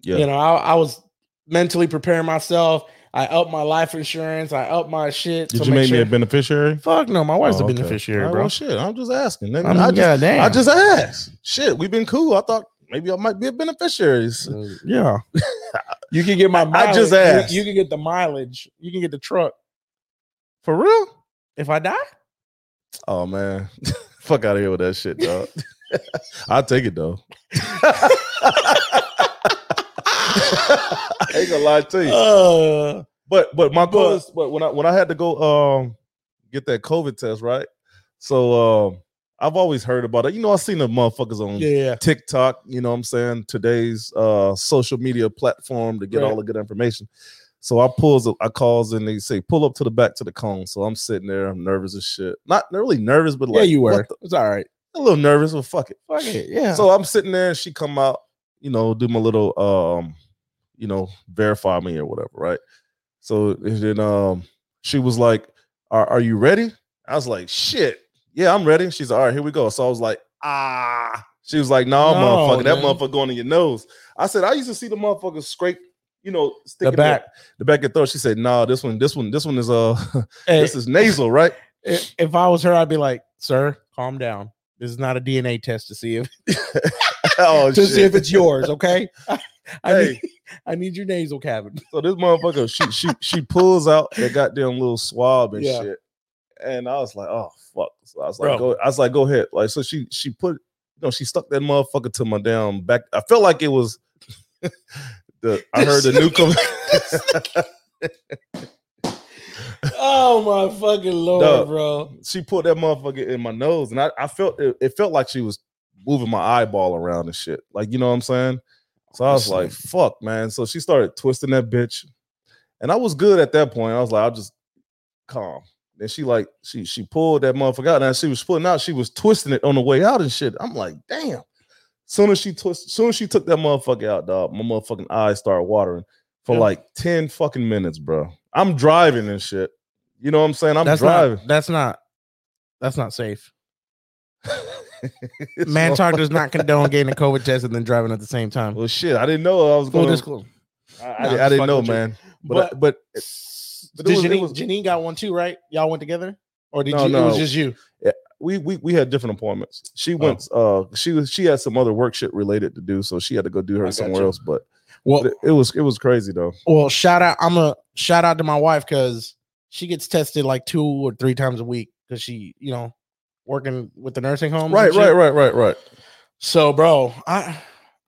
S2: yeah.
S1: you know I, I was mentally preparing myself i up my life insurance i up my shit
S2: Did
S1: to
S2: you make me
S1: sure-
S2: a beneficiary?
S1: fuck no my wife's
S2: Oh,
S1: a
S2: okay.
S1: beneficiary
S2: All right,
S1: bro
S2: well, shit, I'm just asking. nigga.
S1: I
S2: I,
S1: mean,
S2: just
S1: goddamn.
S2: I just asked. Shit, we've been cool. I thought maybe I might be a beneficiary.
S1: Uh, [laughs] yeah. you can get my mileage.
S2: I just
S1: you-
S2: asked.
S1: You, can get the mileage. You can get the truck.
S2: For real?
S1: If I die,
S2: Oh man. [laughs] fuck out of here with that shit, [laughs] dog. I'll take it [laughs] though.
S1: [laughs]
S2: I ain't gonna lie to you.
S1: uh,
S2: But but my goal
S1: But-
S2: is but when I when I had to go um get that COVID test, right? So um I've always heard about it. You know, I've seen the motherfuckers on
S1: yeah.
S2: TikTok, you know what I'm saying? Today's uh social media platform to get
S1: Right.
S2: all the good information. So I pulls up, I calls and they say, pull up to the back to the cone. So I'm sitting there, I'm nervous as shit. Not not really nervous, but like
S1: yeah, you
S2: what
S1: were.
S2: the-
S1: it's all right.
S2: a little nervous, but fuck it.
S1: Fuck it. Yeah.
S2: So I'm sitting there and she come out, you know, do my little um, you know, verify me or whatever, right? So and then um she was like, Are are you ready? I was like, shit, yeah, I'm ready. She's like, all right, here we go. So I was like, ah. She was like, nah,
S1: No,
S2: motherfucker, that
S1: man.
S2: motherfucker going in your nose. I said, I used to see the motherfucker scrape, you know, stick
S1: the back.
S2: the back of your throat. She said, nah, this one, this one, this one is uh [laughs]
S1: Hey,
S2: this is nasal, right? [laughs]
S1: i- if I was her, I'd be like, sir, calm down. This is not a DNA test to see if
S2: oh
S1: [laughs] to see if it's yours. Okay. I,
S2: [laughs] Hey.
S1: need, I need your nasal cavity.
S2: So this motherfucker, she she she pulls out that goddamn little swab and
S1: Yeah.
S2: shit. And I was like, oh fuck. So I was like,
S1: Bro.
S2: go, I was like, go ahead. Like, so she she put, you know, she stuck that motherfucker to my damn back. I felt like it was [laughs] the I
S1: [laughs]
S2: heard the new com-
S1: Oh my fucking lord,
S2: Dog.
S1: bro.
S2: she put that motherfucker in my nose. And I, I felt it, it felt like she was moving my eyeball around and shit. Like, you know what I'm saying? So I was
S1: Listen.
S2: like, fuck, man. So she started twisting that bitch. And I was good at that point. I was like, I'll just calm. Then she like she she pulled that motherfucker out, and as she was pulling out, she was twisting it on the way out and shit. I'm like, damn. Soon as she twist, soon as she took that motherfucker out, dog, my motherfucking eyes started watering for
S1: Yeah.
S2: like ten fucking minutes, bro. I'm driving and shit. You know what I'm saying? I'm
S1: that's
S2: driving.
S1: not. That's not. That's not safe.
S2: [laughs]
S1: Man talk does not condone getting a COVID test and then driving at the same time.
S2: Well, shit, I didn't know I was
S1: Full
S2: going. to
S1: disclosure.
S2: I,
S1: Nah,
S2: I,
S1: I'm
S2: I didn't
S1: fucking
S2: know,
S1: with you.
S2: man.
S1: But,
S2: But but, but but it
S1: did
S2: was- it
S1: Janine,
S2: was-
S1: Janine got one too, right? Y'all went together, or did
S2: No,
S1: you? It was
S2: no.
S1: just you.
S2: we we we had different appointments.
S1: Oh.
S2: She went. Uh, she was she had some other work shit related to do, so she had to go do
S1: I
S2: her
S1: got
S2: somewhere
S1: you.
S2: else. But
S1: Well,
S2: but it, it was it was crazy though.
S1: well, shout out. I'm a shout out to my wife because she gets tested like two or three times a week because she, you know, working with the nursing home.
S2: Right, right, right, right, right.
S1: So, bro, I.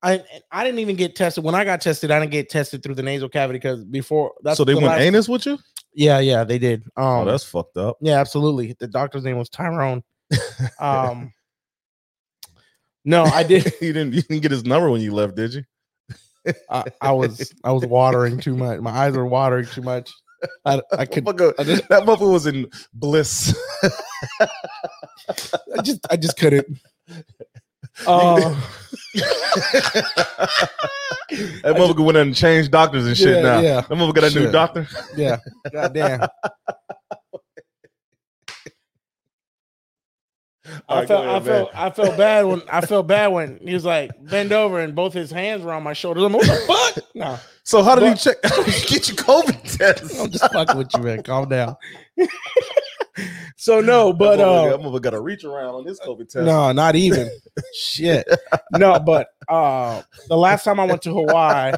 S1: I, I didn't even get tested. When I got tested, I didn't get tested through the nasal cavity because before that's
S2: so they
S1: the
S2: went
S1: last-
S2: anus with you?
S1: Yeah, yeah, they did. Um,
S2: oh, that's fucked up. [laughs]
S1: Yeah, absolutely. The doctor's name was Tyrone. Um, [laughs] no, I
S2: you
S1: did.
S2: didn't you didn't get his number when you left, did you?
S1: I, I was I was watering too much. My eyes were watering too much. I, I could
S2: Motherfucker-
S1: I just-
S2: that motherfucker was in
S1: [laughs]
S2: bliss. [laughs]
S1: I just I just [laughs] couldn't. Uh,
S2: that motherfucker went and changed doctors and shit
S1: yeah,
S2: now.
S1: yeah,
S2: That motherfucker got a new
S1: Shit.
S2: doctor.
S1: yeah. Goddamn.
S2: All
S1: I
S2: right, go
S1: felt I
S2: ahead, man.
S1: felt I felt bad when I felt bad when he was like bend over and both his hands were on my shoulders. I'm like, what the fuck? No,
S2: So how did he
S1: But-
S2: check? [laughs] How did you get your COVID test?
S1: I'm just fucking with you, man. Calm down. [laughs] so no, but
S2: that
S1: uh,
S2: motherfucker, that motherfucker got a reach around on this COVID test.
S1: No, not
S2: [laughs]
S1: even. Shit. No, but uh the last time I went to Hawaii,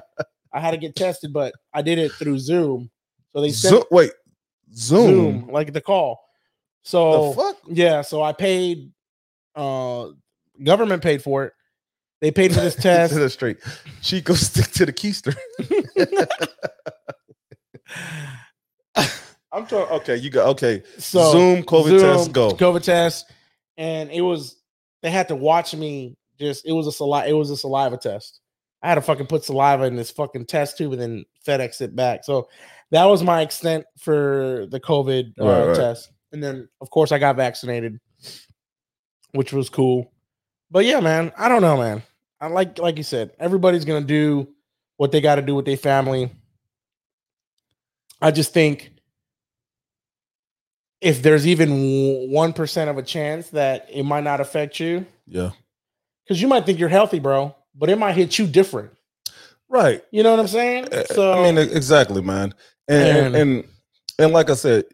S1: I had to get tested, but I did it through Zoom. So they sent
S2: Zo- wait,
S1: Zoom, Oh,
S2: Zoom.
S1: like the call.
S2: The
S1: So
S2: fuck?
S1: yeah, so I paid uh government paid for it. They paid
S2: [laughs]
S1: for this test.
S2: Set it straight. Chico, stick [laughs] to
S1: [laughs]
S2: the keister. I'm trying. Okay, you got okay.
S1: So
S2: Zoom COVID test.
S1: Zoom,
S2: Go.
S1: COVID test. And it was they had to watch me just it was a saliva it was a saliva test. I had to fucking put saliva in this fucking test tube and then FedEx it back. So that was my extent for the COVID uh,
S2: Right, right.
S1: test. And then of course I got vaccinated, which was cool. But yeah, man, I don't know, man. I like like you said, everybody's gonna do what they gotta do with their family. I just think if there's even one percent of a chance that it might not affect you,
S2: Yeah.
S1: because you might think you're healthy, bro, but it might hit you different.
S2: Right.
S1: You know what I'm saying?
S2: Uh,
S1: So
S2: I mean, e- exactly, man. And
S1: And-
S2: and, and and like I said,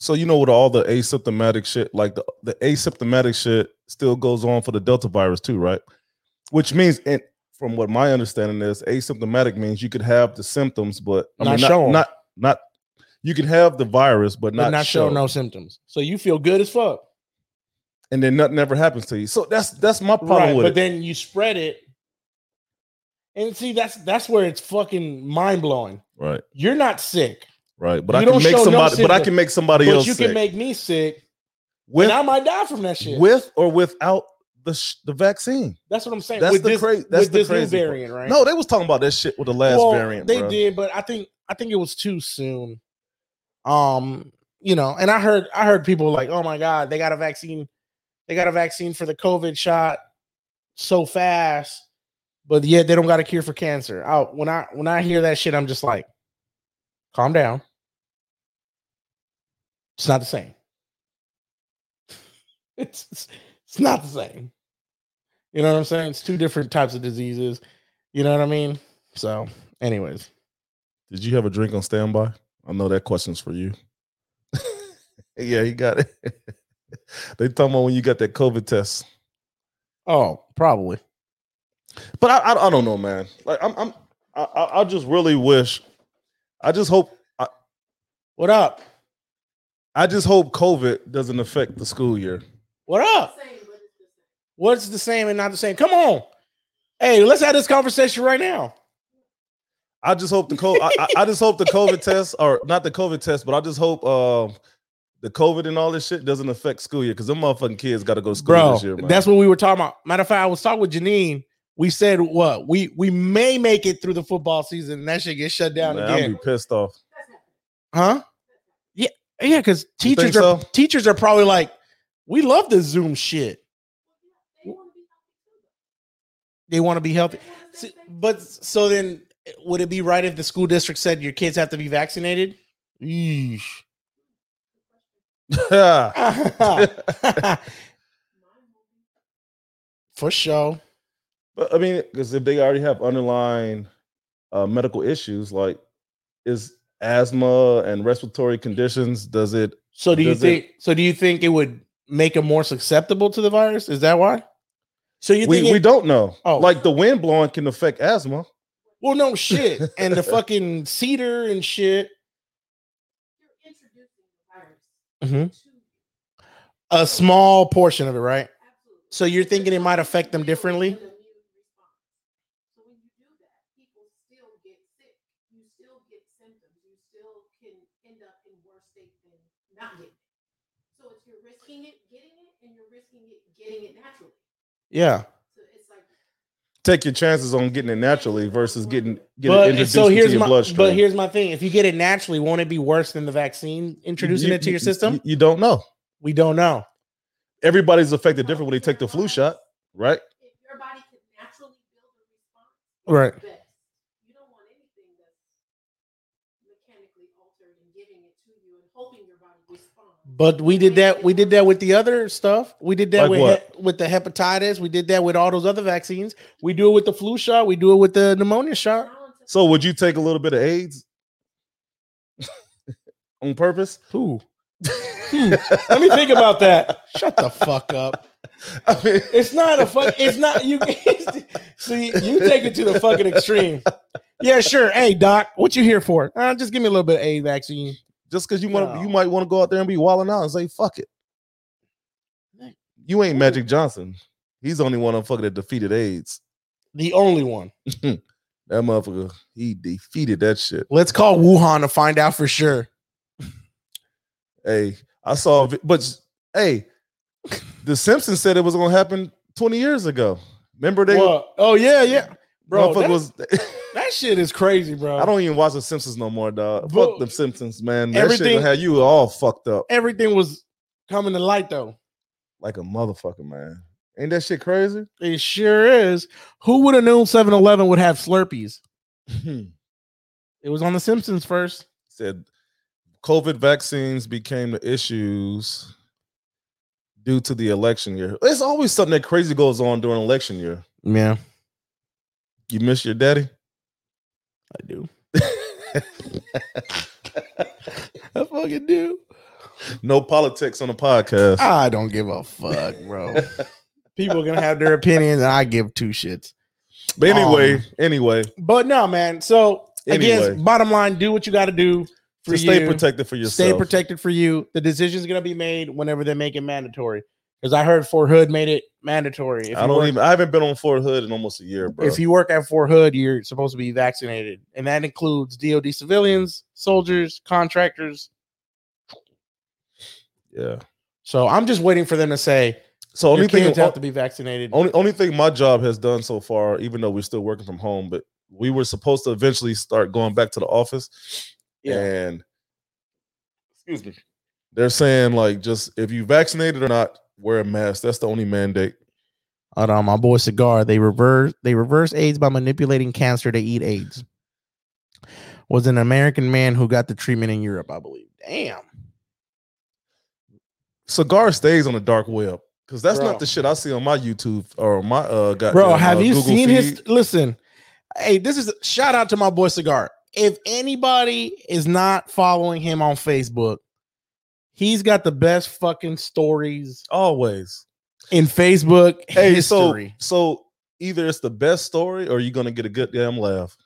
S2: so you know with all the asymptomatic shit, like the, the asymptomatic shit still goes on for the Delta virus too, right? Which means and from what my understanding is, asymptomatic means you could have the symptoms, but I
S1: Not
S2: mean,
S1: show 'em.
S2: not not you can have the virus, but
S1: not,
S2: not,
S1: not
S2: show
S1: show no symptoms. So you feel good as fuck,
S2: and then nothing ever happens to you. So that's that's my problem
S1: right?
S2: with
S1: But
S2: it.
S1: then you spread it, and see that's that's where it's fucking mind blowing.
S2: right,
S1: You're not sick,
S2: right. But
S1: You
S2: I
S1: don't
S2: can make
S1: show no
S2: somebody, but I
S1: symptoms,
S2: can make somebody
S1: but
S2: else
S1: you
S2: sick
S1: can make me sick,
S2: with
S1: and I might die from that shit.
S2: with or without the sh- the vaccine.
S1: that's what I'm saying.
S2: That's
S1: with
S2: the
S1: this,
S2: cra- that's
S1: with
S2: the
S1: this
S2: crazy
S1: new
S2: part.
S1: variant, right?
S2: No, they was talking about that shit with the last
S1: Well,
S2: variant.
S1: They
S2: bruh.
S1: did, but I think I think it was too soon. Um, you know, and I heard I heard people like, "Oh my god, they got a vaccine. They got a vaccine for the COVID shot so fast, but yet they don't got a cure for cancer." I, when I when I hear that shit, I'm just like, "Calm down. It's not the same. [laughs] It's it's, it's not the same." You know what I'm saying? It's two different types of diseases. You know what I mean? So, anyways,
S2: Did you have a drink on standby? I know that question's for you. [laughs] yeah, you got it. [laughs] they talking about when you got that COVID test.
S1: oh, probably.
S2: But I, I, I don't know, man. Like I'm, I'm I, I I just really wish. I just hope. I,
S1: What up?
S2: I just hope COVID doesn't affect the school year.
S1: What up? What's the same and not the same? Come on. Hey, let's have this conversation right now.
S2: I just hope the COVID. I, I- I just hope
S1: [laughs]
S2: the COVID test, or not the COVID test, but I just hope um, the COVID and all this shit doesn't affect school year because them motherfucking kids got to go to school
S1: Bro,
S2: this year. Man.
S1: that's what we were talking about. Matter of fact, I was talking with Janine. We said what? We we may make it through the football season and that shit gets shut down
S2: Man, I'll
S1: again.
S2: be pissed off.
S1: Huh? Yeah. Yeah, because
S2: You
S1: teachers
S2: think
S1: are
S2: so?
S1: teachers are probably like, we love this Zoom shit. They want to be healthy. S- But so then would it be right if the school district said your kids have to be vaccinated? Yeesh.
S2: [laughs] Yeah.
S1: [laughs] For sure.
S2: But I mean, because if they already have underlying uh, medical issues, like is asthma and respiratory conditions, does it?
S1: So do you
S2: Does it-
S1: think so do you think it would make them more susceptible to the virus? Is that why? So you
S2: we
S1: think it-
S2: we don't know.
S1: Oh.
S2: Like the wind blowing can affect asthma.
S1: Well, no shit. and the fucking cedar and shit.
S3: You're introducing the virus
S2: Mm-hmm.
S1: Mhm.
S3: to
S1: A small portion of it, right?
S3: absolutely.
S1: So you're thinking it might affect them
S3: It's an
S1: differently?
S3: immune response. So when you do that, people still get sick. You still get symptoms. You still can end up in worse state than not getting it. So it's you're risking it getting it, and you're risking it getting it naturally.
S1: Yeah.
S3: So it's like
S2: Take your chances on getting it naturally versus getting getting it
S1: But
S2: introduced
S1: so here's
S2: into your
S1: my
S2: bloodstream.
S1: but here's my thing. If you get it naturally, won't it be worse than the vaccine introducing
S2: You-
S1: it to your
S2: you-
S1: system?
S2: You, you don't know.
S1: we don't know.
S2: Everybody's
S3: Oh,
S2: affected different when they take the flu shot, right?
S3: if your body can naturally build a response,
S1: Right.
S3: best. You don't want anything that's mechanically altered and giving it to you and hoping your body responds.
S1: But we did that. We did that with the other stuff. We did that
S2: Like
S1: with
S2: what?
S1: he- with the hepatitis. We did that with all those other vaccines. We do it with the flu shot. We do it with the pneumonia shot.
S2: So would you take a little bit of AIDS [laughs] on purpose? [laughs]
S1: Who? Hmm. Let me think about
S2: [laughs]
S1: that. Shut the fuck up.
S2: I mean,
S1: It's not a fuck. It's not you. [laughs] See, you take it to the fucking extreme. Yeah, sure. Hey, doc, what you here for? Uh, just give me a little bit of A vaccine.
S2: just because you want to,
S1: No.
S2: you might want to go out there and be wilding out and say "fuck it." You ain't Magic Johnson. He's the only one motherfucker that defeated AIDS.
S1: The only one.
S2: That motherfucker, he defeated that shit.
S1: Let's call Wuhan to find out for sure.
S2: Hey, I saw, a vi- but s- hey, The Simpsons said it was gonna happen twenty years ago. Remember they,
S1: What? Oh yeah, yeah, bro.
S2: motherfucker
S1: That,
S2: was.
S1: [laughs] that shit is crazy, bro.
S2: I don't even watch The Simpsons no more, dog.
S1: Bro,
S2: Fuck The Simpsons, man. That shit
S1: everything-
S2: gonna have you all fucked up.
S1: Everything was coming to light though.
S2: like a motherfucker, man. Ain't that shit crazy? [laughs]
S1: It sure is. Who would have known 7-Eleven would have Slurpees? It was on The Simpsons first.
S2: Said COVID vaccines became the issues due to the election year. There's always something that crazy goes on during election year.
S1: Yeah,
S2: You miss your daddy?
S1: I do. [laughs] I fucking do.
S2: No politics on the podcast.
S1: I don't give a fuck, bro. [laughs] People are gonna have their opinions, and I give two shits.
S2: but anyway,
S1: um,
S2: anyway,
S1: But no, man. So
S2: Anyway.
S1: again, bottom line, do what you got to do for
S2: to stay
S1: you.
S2: protected for yourself.
S1: Stay protected for you. The decision's gonna be made whenever they make it mandatory. Because I heard Fort Hood made it mandatory. If
S2: I
S1: you
S2: don't
S1: work-
S2: even. I haven't been on Fort Hood in almost a year, bro.
S1: if you work at Fort Hood, you're supposed to be vaccinated, and that includes DoD civilians, soldiers, contractors.
S2: yeah.
S1: So I'm just waiting for them to say
S2: So
S1: only
S2: only thing
S1: kids have to be vaccinated.
S2: Only only thing my job has done so far, even though we're still working from home, but we were supposed to eventually start going back to the office.
S1: Yeah.
S2: And excuse me. They're saying like just if you vaccinated or not, wear a mask. That's the only mandate.
S1: Hold on, um, my boy Cigar. They reverse they reverse AIDS by manipulating cancer to eat AIDS. Was an American man who got the treatment in Europe, I believe. Damn.
S2: Cigar stays on the dark web. Cause that's
S1: Bro.
S2: not the shit I see on my YouTube or my uh goddamn,
S1: Bro, have
S2: uh,
S1: you
S2: Google
S1: seen
S2: feed.
S1: his listen? Hey, this is shout out to my boy Cigar. If anybody is not following him on Facebook, he's got the best fucking stories
S2: always?
S1: in Facebook
S2: Hey,
S1: history.
S2: so so either it's the best story or you're gonna get a good damn laugh.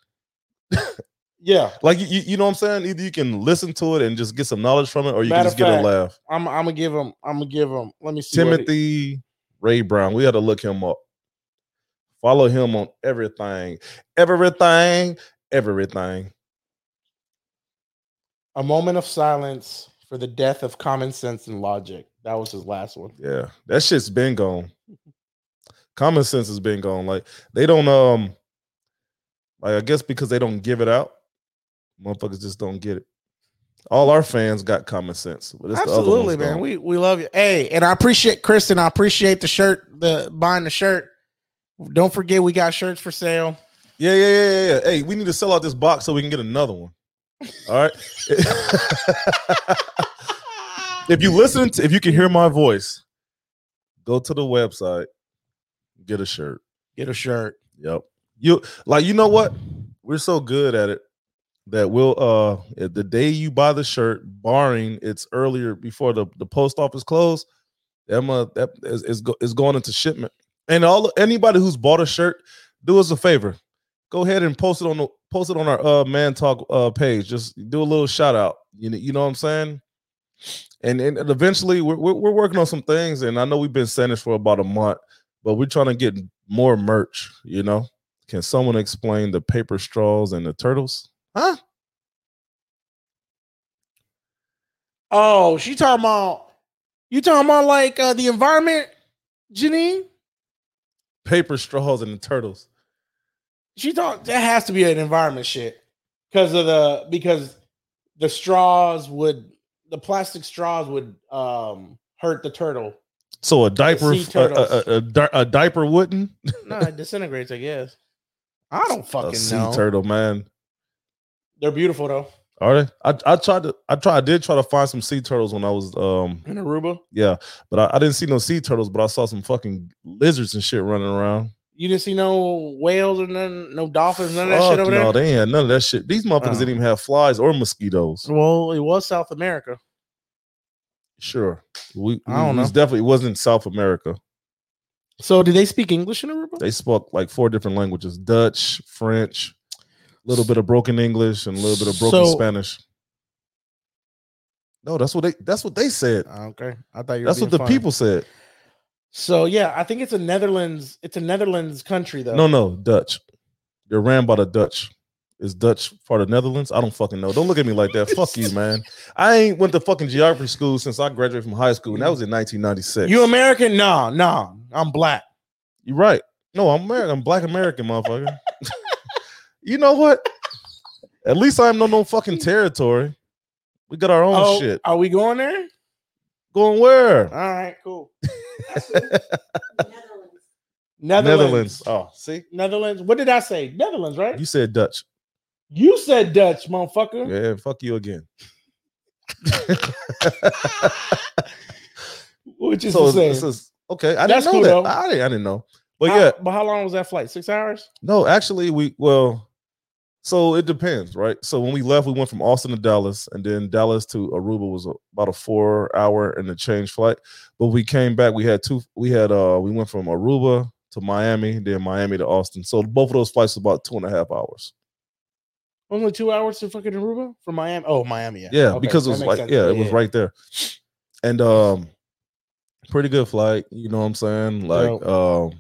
S1: yeah,
S2: Like you, you you know what I'm saying? Either you can listen to it and just get some knowledge from it, or you
S1: Matter
S2: can just get
S1: of
S2: a laugh.
S1: I'm I'm gonna give him I'm gonna give him let me see what it-
S2: Timothy Ray Brown. We had to look him up. Follow him on everything, everything, everything.
S1: a moment of silence for the death of common sense and logic. That was his last one.
S2: Yeah, that shit's been gone. Common sense has been gone. Like they don't um, like I guess because they don't give it out, motherfuckers just don't get it. All our fans got common sense, but it's
S1: Absolutely,
S2: the other ones
S1: man.
S2: don't.
S1: We we love you. Hey, and I appreciate Kristen. I appreciate the shirt, the buying the shirt. Don't forget we got shirts for [laughs] sale.
S2: yeah, yeah, yeah, yeah, yeah. Hey, we need to sell out this box so we can get another one. All right. [laughs] if you listen, to, if you can hear my voice, go to the website, get a shirt.
S1: Get a shirt.
S2: Yep. You like you know what? We're so good at it that we'll uh at the day you buy the shirt, barring it's earlier before the, the post office closed, Emma that is, is, go, is going into shipment. And all anybody who's bought a shirt, do us a favor. Go ahead and post it on the post it on our uh man talk uh page. Just do a little shout out. You know, you know what I'm saying? And and eventually we're, we're we're working on some things, and I know we've been saying this for about a month but we're trying to get more merch, you know? Can someone explain the paper straws and the turtles? Huh?
S1: Oh, she talking about you talking about like uh, the environment, Janine?
S2: Paper straws and the turtles.
S1: She thought that has to be an environment shit because of the because the straws would the plastic straws would um hurt the turtle.
S2: So a diaper,
S1: sea
S2: f- a, a-
S1: turtles.
S2: a- a di- a diaper wouldn't?
S1: No, it disintegrates, I guess. I don't
S2: A
S1: fucking
S2: sea
S1: know.
S2: turtle, man.
S1: They're beautiful though.
S2: Are they? I, I tried to, I tried, I did try to find some sea turtles when I was, um,
S1: In Aruba.
S2: yeah, but I, I didn't see no sea turtles, but I saw some fucking lizards and shit running around.
S1: You didn't see no whales or none, no dolphins, none of that
S2: Fuck
S1: shit over
S2: no,
S1: there.
S2: they ain't had none of that shit. These motherfuckers
S1: Oh. Mm.
S2: didn't even have flies or mosquitoes.
S1: Well, it was South America.
S2: Sure, we,
S1: I don't
S2: we-
S1: know.
S2: we definitely it wasn't South America.
S1: So, did they speak English in Aruba?
S2: they spoke like four different languages dutch french a little bit of broken english and a little bit of broken
S1: So-
S2: spanish no that's what they that's what they said
S1: Oh, okay, I thought you. Were
S2: that's what
S1: being
S2: the
S1: funny.
S2: people said
S1: So yeah, I think it's a Netherlands. It's a Netherlands country though.
S2: no no dutch they're ran by the dutch is dutch part of netherlands i don't fucking know don't look at me like that fuck you man i ain't went to fucking geography school since i graduated from high school and that was in 1996
S1: you American? No, no, I'm black.
S2: You're right. No, I'm American. I'm black American, motherfucker. [laughs] you know what? At least I'm no no fucking territory. We got our own Oh, shit.
S1: Oh, are we going there?
S2: Going where?
S1: All right, cool.
S3: Netherlands.
S1: Netherlands. Netherlands.
S2: Oh, see,
S1: What did I say? Netherlands, right?
S2: you
S1: You,
S2: said Dutch.
S1: said Dutch, motherfucker.
S2: Yeah, fuck you again.
S1: Which is
S2: so
S1: the same.
S2: this is okay. I
S1: That's
S2: didn't know
S1: cool,
S2: that.
S1: though.
S2: I didn't, I didn't know. But
S1: How-
S2: yeah,
S1: but how long was that flight? Six hours.
S2: No, actually, we well, so it depends, right? So when we left, we went from Austin to Dallas, and then Dallas to Aruba was a- about a four hour and a change flight. But we came back, we had two, we had uh, we went from Aruba to Miami, then Miami to Austin. So both of those flights was about two and a half hours.
S1: Only two hours to fucking Aruba from Miami. Oh, Miami. Yeah,
S2: Yeah,
S1: Okay,
S2: because
S1: that
S2: it was
S1: makes
S2: like,
S1: sense.
S2: yeah, it was right there, and um, pretty good flight. You know what I'm saying? Like,
S1: Yep.
S2: um,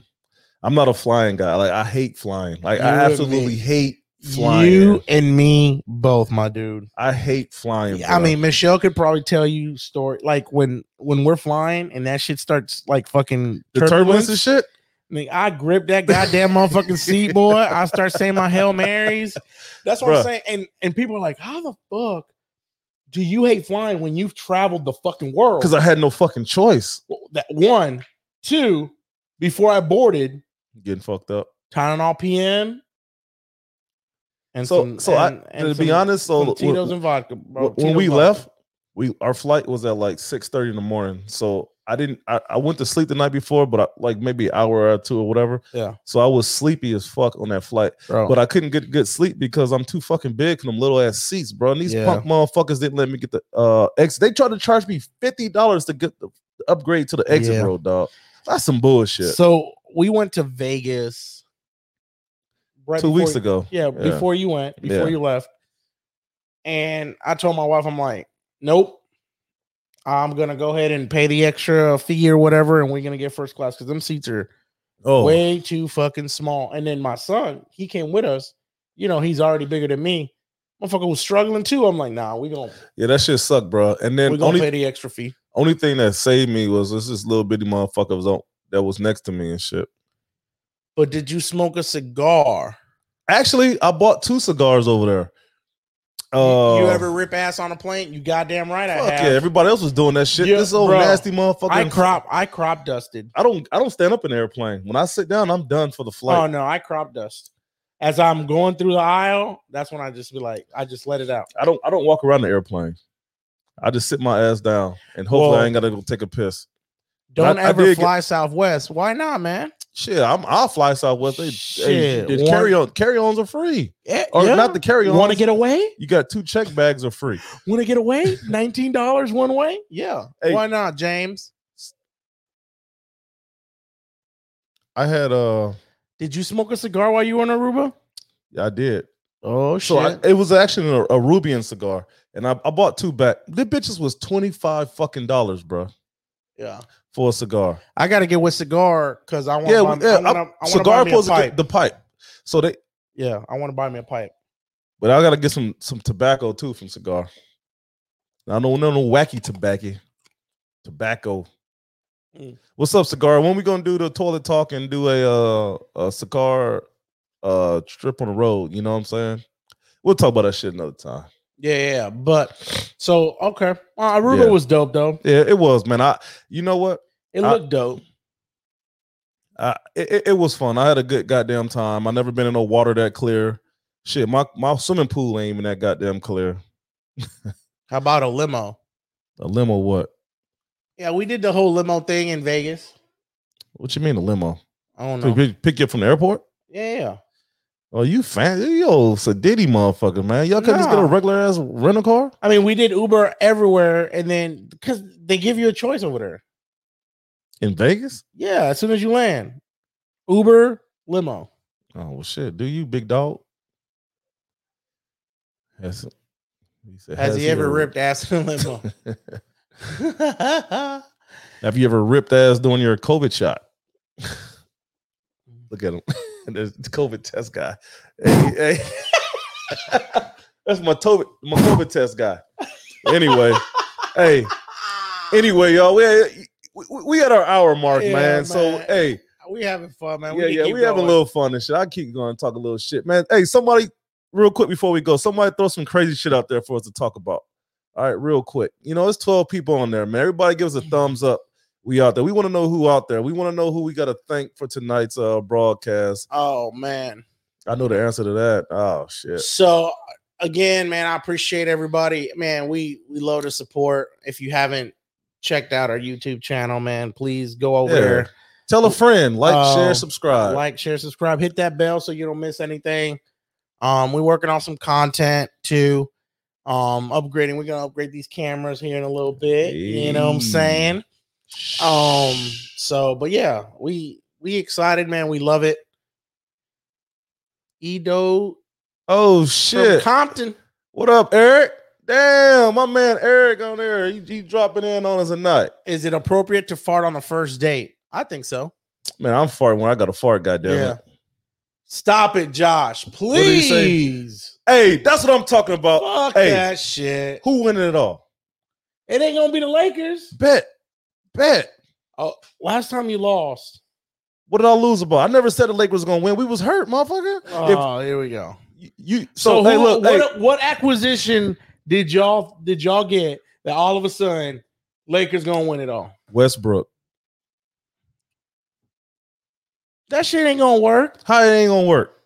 S2: I'm not a flying guy. Like, I hate flying. Like,
S1: You
S2: I
S1: and
S2: absolutely
S1: me.
S2: hate flying.
S1: You and me both, my dude.
S2: I hate flying.
S1: Yeah, I
S2: bruh.
S1: mean, Michelle could probably tell you story like when when we're flying and that shit starts like fucking
S2: the turbulence and shit.
S1: I, mean, I grip that goddamn motherfucking seat, boy. I start saying my hail marys. That's what
S2: Bruh.
S1: I'm saying. And and people are like, how the fuck do you hate flying when you've traveled the fucking world?
S2: Because I had no fucking choice.
S1: Well, that one, two, before I boarded,
S2: Getting fucked up.
S1: Tylenol PM. And
S2: so,
S1: some-
S2: so
S1: and-
S2: I
S1: and
S2: to be
S1: some-
S2: honest, so
S1: some
S2: wh-
S1: Tito's
S2: wh-
S1: and vodka. bro.
S2: wh- when
S1: Tito's
S2: we
S1: vodka.
S2: left, we our flight was at like six thirty in the morning. So I didn't. I, I went to sleep the night before, but I, like maybe an hour or two or whatever.
S1: Yeah.
S2: So I was sleepy as fuck on that flight,
S1: bro.
S2: but I couldn't get good sleep because I'm too fucking big for them little ass seats, bro. And these
S1: Yeah.
S2: punk motherfuckers didn't let me get the uh ex. They tried to charge me fifty dollars to get the upgrade to the exit
S1: Yeah.
S2: road, dog. That's some bullshit.
S1: So we went to Vegas right
S2: Two
S1: before-
S2: weeks ago.
S1: Yeah,
S2: Yeah.
S1: before you went, before
S2: Yeah.
S1: you left. And I told my wife, I'm like, nope. I'm gonna go ahead and pay the extra fee or whatever, and we're gonna get first class because them seats are
S2: Oh,
S1: way too fucking small. And then my son, he came with us. You know, he's already bigger than me. Motherfucker was struggling too. I'm like, nah, we gonna
S2: Yeah, that shit sucked, bro. And
S1: we
S2: then
S1: gonna
S2: only
S1: pay the extra fee.
S2: only thing that saved me was this this little bitty motherfucker was on, that was next to me and shit.
S1: But did you smoke a cigar?
S2: Actually, I bought two cigars over there. Uh,
S1: you ever rip ass on a plane? You goddamn right I
S2: Fuck yeah,
S1: have.
S2: everybody else was doing that shit.
S1: Yeah,
S2: this old
S1: bro.
S2: nasty motherfucker.
S1: I crop I crop dusted.
S2: I don't. I don't stand up in an airplane. When I sit down, I'm done for the
S1: oh
S2: flight.
S1: no, I crop dust. As I'm going through the aisle, that's when I just be like, I just let it out.
S2: I don't. I don't walk around the airplane. I just sit my ass down and hopefully
S1: Well-
S2: I ain't gotta go take a piss.
S1: Don't
S2: I
S1: ever
S2: did get-
S1: fly Southwest. Why not, man?
S2: Shit, I'm. I'll fly Southwest. They,
S1: Shit,
S2: they,
S1: one-
S2: carry on. Carry ons are free,
S1: Eh, Yeah,
S2: or not the carry ons.
S1: Want to get away?
S2: You got two check bags are free.
S1: Want to get away? Nineteen dollars one way? Yeah.
S2: Hey.
S1: Why not, James?
S2: I had. Uh,
S1: Did you smoke a cigar while you were in Aruba?
S2: I did.
S1: Oh shit!
S2: So I, it was actually a, a Rubian cigar, and I, I bought two back. The bitches was twenty five fucking dollars, bro,
S1: yeah,
S2: for a cigar.
S1: I got to get with cigar because I want.
S2: yeah,
S1: buy,
S2: yeah.
S1: I wanna, I wanna
S2: cigar
S1: buy me a
S2: pulls
S1: pipe.
S2: the pipe. So they,
S1: yeah, I want to buy me a pipe.
S2: but I gotta get some some tobacco too from cigar. I don't know no wacky tobacco. Tobacco.
S1: Mm.
S2: What's up, cigar? When we gonna do the toilet talk and do a uh a cigar uh trip on the road? You know what I'm saying? We'll talk about that shit another time.
S1: Yeah, yeah, yeah. But so okay, uh, Aruba
S2: Yeah.
S1: was dope though.
S2: Yeah, it was, man. I you know what?
S1: It
S2: I-
S1: looked dope.
S2: I, it, it- it was fun. I had a good goddamn time. I never been in no water that clear. Shit, my, my swimming pool ain't even that goddamn clear.
S1: How about a limo?
S2: A limo what?
S1: Yeah, we did the whole limo thing in Vegas.
S2: What you mean a limo?
S1: I don't
S2: To
S1: know.
S2: pick- pick you up from the airport?
S1: Yeah, yeah.
S2: Oh, you fan? Yo, it's a Diddy motherfucker, man. Y'all couldn't just get a
S1: Nah.
S2: regular ass rental car?
S1: I mean, we did Uber everywhere, and then because they give you a choice over there.
S2: In Vegas?
S1: Yeah, as soon as you land, Uber limo.
S2: Oh, well, shit. Do you, big dog? Has, he said,
S1: Has, he, ever
S2: ever-
S1: ripped ass in a limo?
S2: Have you ever ripped ass doing your COVID shot? Look at him. [laughs] There's the COVID test guy. Hey, hey. [laughs] That's my COVID, my COVID test guy. [laughs] Anyway, hey, anyway, y'all, we, we, we at our hour mark,
S1: Yeah,
S2: man. So,
S1: man.
S2: hey,
S1: [laughs] we having fun, man.
S2: yeah,
S1: can
S2: yeah,
S1: keep
S2: we having a
S1: going.
S2: little fun and shit. I keep going and talk a little shit, man. Hey, somebody, real quick before we go, somebody throw some crazy shit out there for us to talk about. All right, real quick. You know, it's 12 people on there, man. Everybody give us a thumbs up. We out there. We want to know who out there. We want to know who we got to thank for tonight's uh broadcast.
S1: Oh man.
S2: I know the answer to that. Oh shit.
S1: So again, man, I appreciate everybody. Man, we we love the support. If you haven't checked out our YouTube channel, man, please go over
S2: Yeah.
S1: there,
S2: Tell a friend, like, share,
S1: Um,
S2: subscribe.
S1: like, share, subscribe, hit that bell so you don't miss anything. Um, we're working on some content too. Um, upgrading. We're gonna upgrade these cameras here in a little bit. You know what I'm
S2: Hey.
S1: saying? Um, so but yeah, we we excited, man. We love it. Edo
S2: oh
S1: from
S2: shit.
S1: Compton.
S2: What up, Eric? Damn, my man Eric on there. He, he dropping in on us tonight.
S1: Is it appropriate to fart on the first date? I think so.
S2: Man, I'm farting when I got a fart, goddamn.
S1: Yeah.
S2: Yeah.
S1: Stop it, Josh.
S2: did he say?
S1: Please.
S2: Hey, that's what I'm talking about.
S1: Fuck
S2: hey.
S1: that shit.
S2: Who winning it all?
S1: It ain't gonna be the Lakers.
S2: Bet. Bet.
S1: Oh, last time you lost.
S2: What did I lose about? I never said the Lakers was gonna win. We was hurt, motherfucker.
S1: Oh, here we go.
S2: If you
S1: So,
S2: so, hey,
S1: who-
S2: look, hey,
S1: what, what acquisition did y'all did y'all get that all of a sudden Lakers gonna win it all?
S2: Westbrook.
S1: That shit ain't gonna work.
S2: How it ain't gonna work?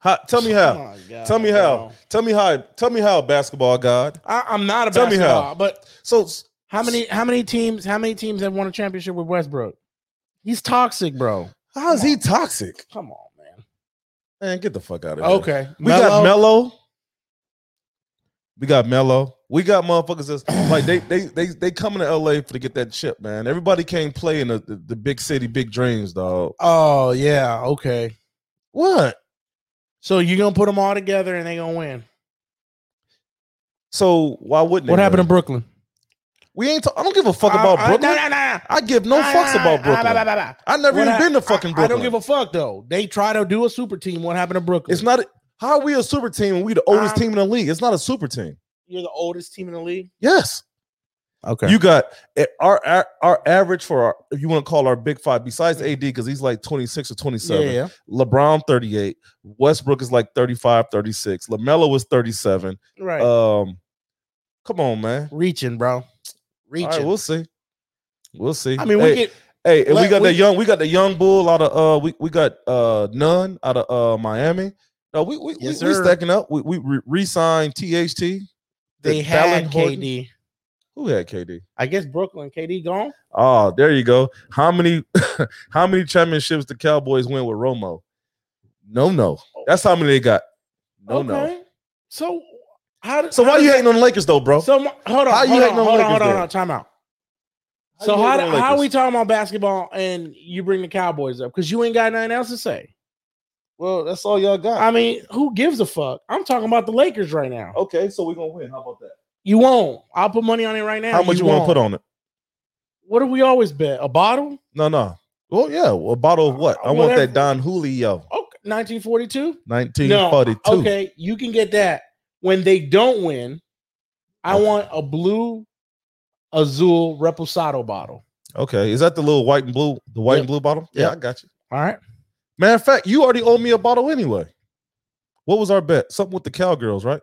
S2: How, tell me
S1: Oh
S2: how.
S1: my God,
S2: Tell me how.
S1: bro.
S2: Tell me how. Tell me how. Basketball god.
S1: I, I'm not a
S2: Tell me
S1: basketball,
S2: how.
S1: but
S2: So s-
S1: How many how many teams how many teams have won a championship with Westbrook? He's toxic, bro.
S2: how is he toxic?
S1: Come on, man.
S2: Man, get the fuck out of here.
S1: Okay.
S2: We got Mello. We got Mello. We got motherfuckers that's like they they they they coming to LA for to get that chip, man. Everybody can't play in the, the, the big city, big dreams, dog.
S1: Oh yeah, okay.
S2: What?
S1: So you're gonna put them all together and they gonna win.
S2: So why wouldn't?
S1: What
S2: they
S1: happened to
S2: win?
S1: Brooklyn?
S2: we ain't. T- I don't give a fuck about
S1: Uh, uh,
S2: Brooklyn.
S1: nah,
S2: I,
S1: nah, nah.
S2: give no
S1: Nah,
S2: fucks
S1: nah,
S2: about
S1: nah, nah,
S2: Brooklyn.
S1: nah, nah, nah.
S2: I never
S1: What
S2: even
S1: I-
S2: been to fucking
S1: I, I
S2: Brooklyn.
S1: don't give a fuck though. They try to do a super team. What happened to Brooklyn?
S2: It's not. How are we a super team and we the oldest
S1: I'm-
S2: team in the league? It's not a super team.
S1: you're the oldest team in the league.
S2: Yes.
S1: Okay.
S2: You got eh, our, our our average for our if you want to call our big five besides AD because he's like 26 or 27.
S1: yeah, yeah.
S2: LeBron 38, Westbrook is like 35, 36. LaMelo was 37.
S1: Right.
S2: Um come on, man.
S1: reaching, bro. Reaching.
S2: All right, we'll see. We'll see.
S1: I mean,
S2: hey,
S1: we get
S2: hey, and we
S1: let-
S2: got
S1: we-
S2: that young we got the young bull out of uh we, we got uh none out of uh Miami. No, we we,
S1: Yes,
S2: we, we
S1: sir.
S2: stacking up. We we re- re-signed THT.
S1: they
S2: Fallon
S1: had
S2: Horton.
S1: KD.
S2: Who had KD?
S1: I guess Brooklyn KD gone.
S2: Oh, there you go. How many [laughs] how many championships the Cowboys win with Romo? No, no.
S1: Oh.
S2: That's how many they got. No, no.
S1: So how did
S2: So
S1: how
S2: why
S1: does
S2: you
S1: that-
S2: hating on the Lakers though, bro?
S1: So mo- hold on,
S2: How you
S1: hold on,
S2: hating
S1: hold on,
S2: on Lakers
S1: hold on,
S2: then?
S1: hold on, time out.
S2: How
S1: so
S2: you
S1: how,
S2: hating on
S1: do-
S2: the
S1: how are we
S2: Lakers?
S1: talking about basketball and you bring the Cowboys up because you ain't got nothing else to say.
S2: Well, that's all y'all got.
S1: I mean, who gives a fuck? I'm talking about the Lakers right now.
S2: Ah. okay, so we're gonna win. How about that?
S1: You won't. I'll put money on it right now.
S2: How much you, want to put on it?
S1: What do we always bet? A bottle?
S2: No, no. Well, yeah, well, a bottle of what? I want
S1: Whatever.
S2: that Don Julio,
S1: Okay, 1942. Oh, No,
S2: 1942.
S1: Okay, you can get that when they don't win. I
S2: Okay.
S1: want a blue, azul reposado bottle.
S2: Okay, is that the little white and blue, the white
S1: Yep.
S2: and blue bottle? Yeah,
S1: Yep.
S2: I got you.
S1: All right.
S2: Matter of fact, you already owe me a bottle anyway. What was our bet? Something with the cowgirls, right?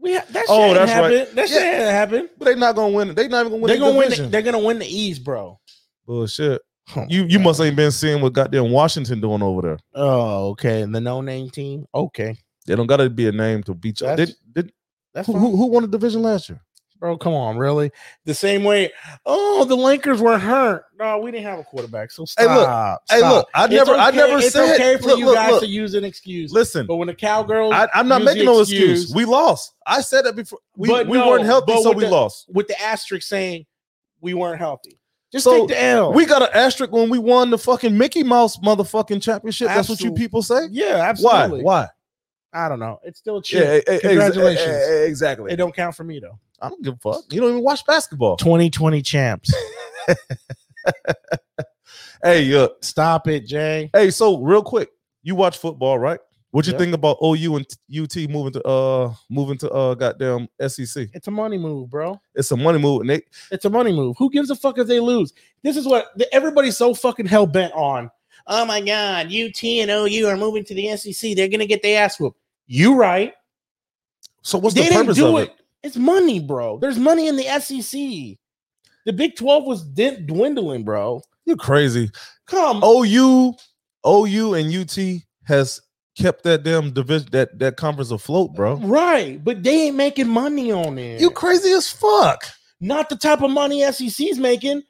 S1: We ha- that shit
S2: Oh,
S1: ain't
S2: that's right.
S1: happened. That shit
S2: Yeah.
S1: ain't happened.
S2: But they're not gonna win. They're not even gonna win.
S1: they're
S2: the
S1: gonna win. The,
S2: division.
S1: they're gonna win the East, bro.
S2: Bullshit. You you must ain't been seeing what goddamn Washington doing over there.
S1: Oh, okay. And the no-name team. Okay,
S2: They don't gotta be a name to beat you.
S1: That's-
S2: Did, did,
S1: that's
S2: who,
S1: fine.
S2: who who won the division last year?
S1: bro. Come on, really? The same way. Oh, the Lakers were hurt. No, we didn't have a quarterback. So
S2: Hey,
S1: stop.
S2: look. Hey,
S1: stop.
S2: look, I
S1: It's
S2: never, I
S1: okay-
S2: never
S1: it's
S2: said.
S1: okay for
S2: look,
S1: you
S2: look,
S1: guys
S2: look.
S1: to use an excuse.
S2: Listen,
S1: But when the cowgirls,
S2: I, I'm not
S1: use the
S2: making no excuse.
S1: excuse.
S2: We lost. I said that before. We,
S1: But
S2: we
S1: no,
S2: weren't healthy,
S1: but
S2: so
S1: with
S2: we
S1: the-
S2: lost.
S1: with the asterisk saying we weren't healthy, just
S2: So,
S1: take the L.
S2: We got an asterisk when we won the fucking Mickey Mouse motherfucking championship. That's what you
S1: Absolute-
S2: people say.
S1: yeah, absolutely.
S2: Why? Why?
S1: I don't know. It's still
S2: Yeah,
S1: cheap.
S2: eh, eh, ex-
S1: Congratulations.
S2: eh, eh, exactly.
S1: It don't count for me though.
S2: I don't give a fuck. You don't even watch basketball.
S1: 2020 champs.
S2: Hey, uh,
S1: Stop it, Jay.
S2: hey. So real quick, you watch football, right? What you
S1: Yep.
S2: think about OU and UT moving to uh moving to uh goddamn SEC?
S1: It's a money move, bro.
S2: It's a money move, and they
S1: It's a money move. Who gives a fuck if they lose? This is what the- everybody's so fucking hell bent on. Oh my God, UT and OU are moving to the SEC. They're gonna get their ass whooped. You right?
S2: So what's
S1: they
S2: the
S1: didn't
S2: purpose
S1: do
S2: of
S1: it.
S2: it?
S1: It's money, bro. There's money in the SEC. The Big Twelve was din- dwindling, bro.
S2: You're crazy.
S1: Come,
S2: Oh. OU, OU, and UT has kept that damn division that that conference afloat, bro.
S1: right? But they ain't making money on it.
S2: You crazy as fuck.
S1: not the type of money SEC's making,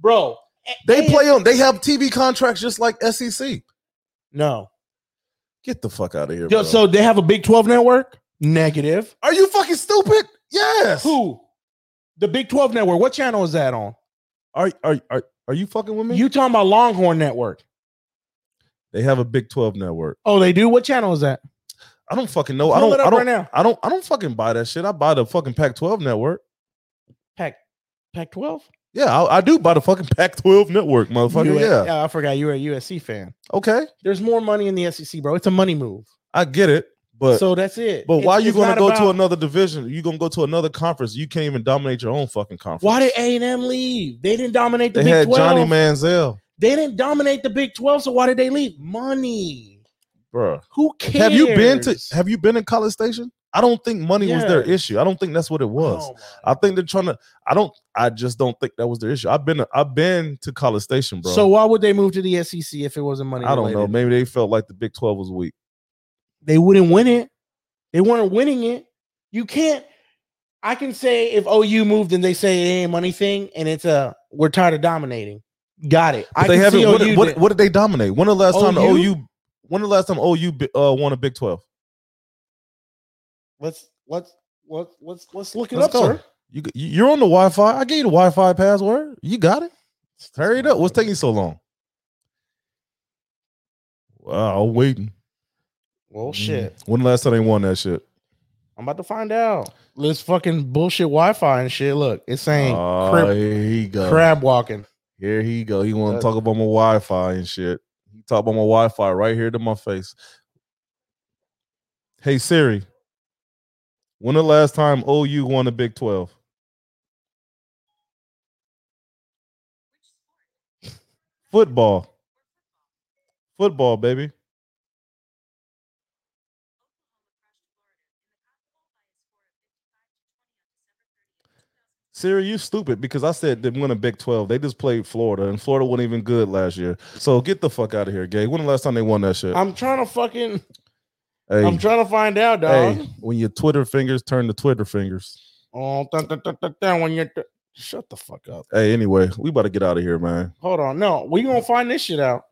S1: bro. A-
S2: They
S1: and-
S2: play on. They have TV contracts just like SEC.
S1: no.
S2: Get the fuck out of here,
S1: Yo,
S2: bro.
S1: so they have a Big 12 network? Negative.
S2: are you fucking stupid? Yes.
S1: Who? The Big 12 network. What channel is that on?
S2: are are are, are you fucking with me?
S1: You talking about Longhorn Network.
S2: they have a Big Twelve network.
S1: Oh, they do? What channel is that?
S2: I don't fucking know. Oh, I
S1: Pull
S2: don't.
S1: it up
S2: I don't.
S1: right now.
S2: I don't. I don't fucking buy that shit. I buy the fucking Pac twelve network.
S1: Pac 12?
S2: Yeah, I, I do buy the fucking Pac twelve network, motherfucker. yeah.
S1: I forgot you were a USC fan.
S2: Okay,
S1: There's more money in the SEC, bro. It's a money move.
S2: I get it, but
S1: so that's it.
S2: But
S1: It's-
S2: why are you
S1: it's
S2: going
S1: not
S2: to go to
S1: about-
S2: another division? You're going to go to another conference. You can't even dominate your own fucking conference.
S1: Why did A&M leave? They didn't dominate the
S2: they
S1: Big
S2: had
S1: 12.
S2: Johnny Manziel,
S1: They didn't dominate the Big 12, so why did they leave? Money.
S2: bro?
S1: Who cares?
S2: Have you been to Have you been in College Station? I don't think money was their
S1: Yes.
S2: issue. I don't think that's what it was.
S1: Oh my
S2: I think they're trying to. I don't. I just don't think that was their issue. I've been. I've been to College Station, bro.
S1: So why would they move to the SEC if it wasn't money?
S2: I don't know.
S1: related?
S2: Maybe they felt like the Big Twelve was weak.
S1: They wouldn't win it. They weren't winning it. You can't. I can say if OU moved and they say it ain't money thing, and it's a we're tired of dominating. Got it.
S2: But
S1: I
S2: they
S1: can see
S2: haven't. What,
S1: OU
S2: what,
S1: did.
S2: what did they dominate? When the last time the
S1: OU?
S2: OU? When the last time OU bi- uh, won a Big Twelve?
S1: Let's let's let's let's let's look it
S2: Let's
S1: up,
S2: go.
S1: sir.
S2: You g- you're on the Wi-Fi. I gave you the Wi-Fi password. You got it. Hurry it up. What's taking so long? Wow, I'm waiting.
S1: Well, Oh, shit.
S2: Mm. When the last time they won that shit?
S1: I'm about to find out. Let's fucking bullshit Wi-Fi and shit. Look, it's saying
S2: Ah,
S1: crib-
S2: here he go.
S1: crab walking.
S2: Here he go. He want
S1: Uh,
S2: to talk about my Wi-Fi and shit. He talk about my Wi-Fi right here to my face. Hey Siri, when the last time OU won a Big Twelve? Football. Football, baby. Siri, you stupid because I said they win a Big 12. They just played Florida, and Florida wasn't even good last year. So get the fuck out of here, Gay. When the last time they won that shit?
S1: I'm trying to fucking.
S2: hey,
S1: I'm trying to find out, dog.
S2: hey, when your Twitter fingers turn to Twitter fingers.
S1: Oh, dun, dun, dun, dun, dun, when you're. Shut the fuck up.
S2: Hey, anyway, we about to get out of here, man.
S1: Hold on. No, we gonna find this shit out.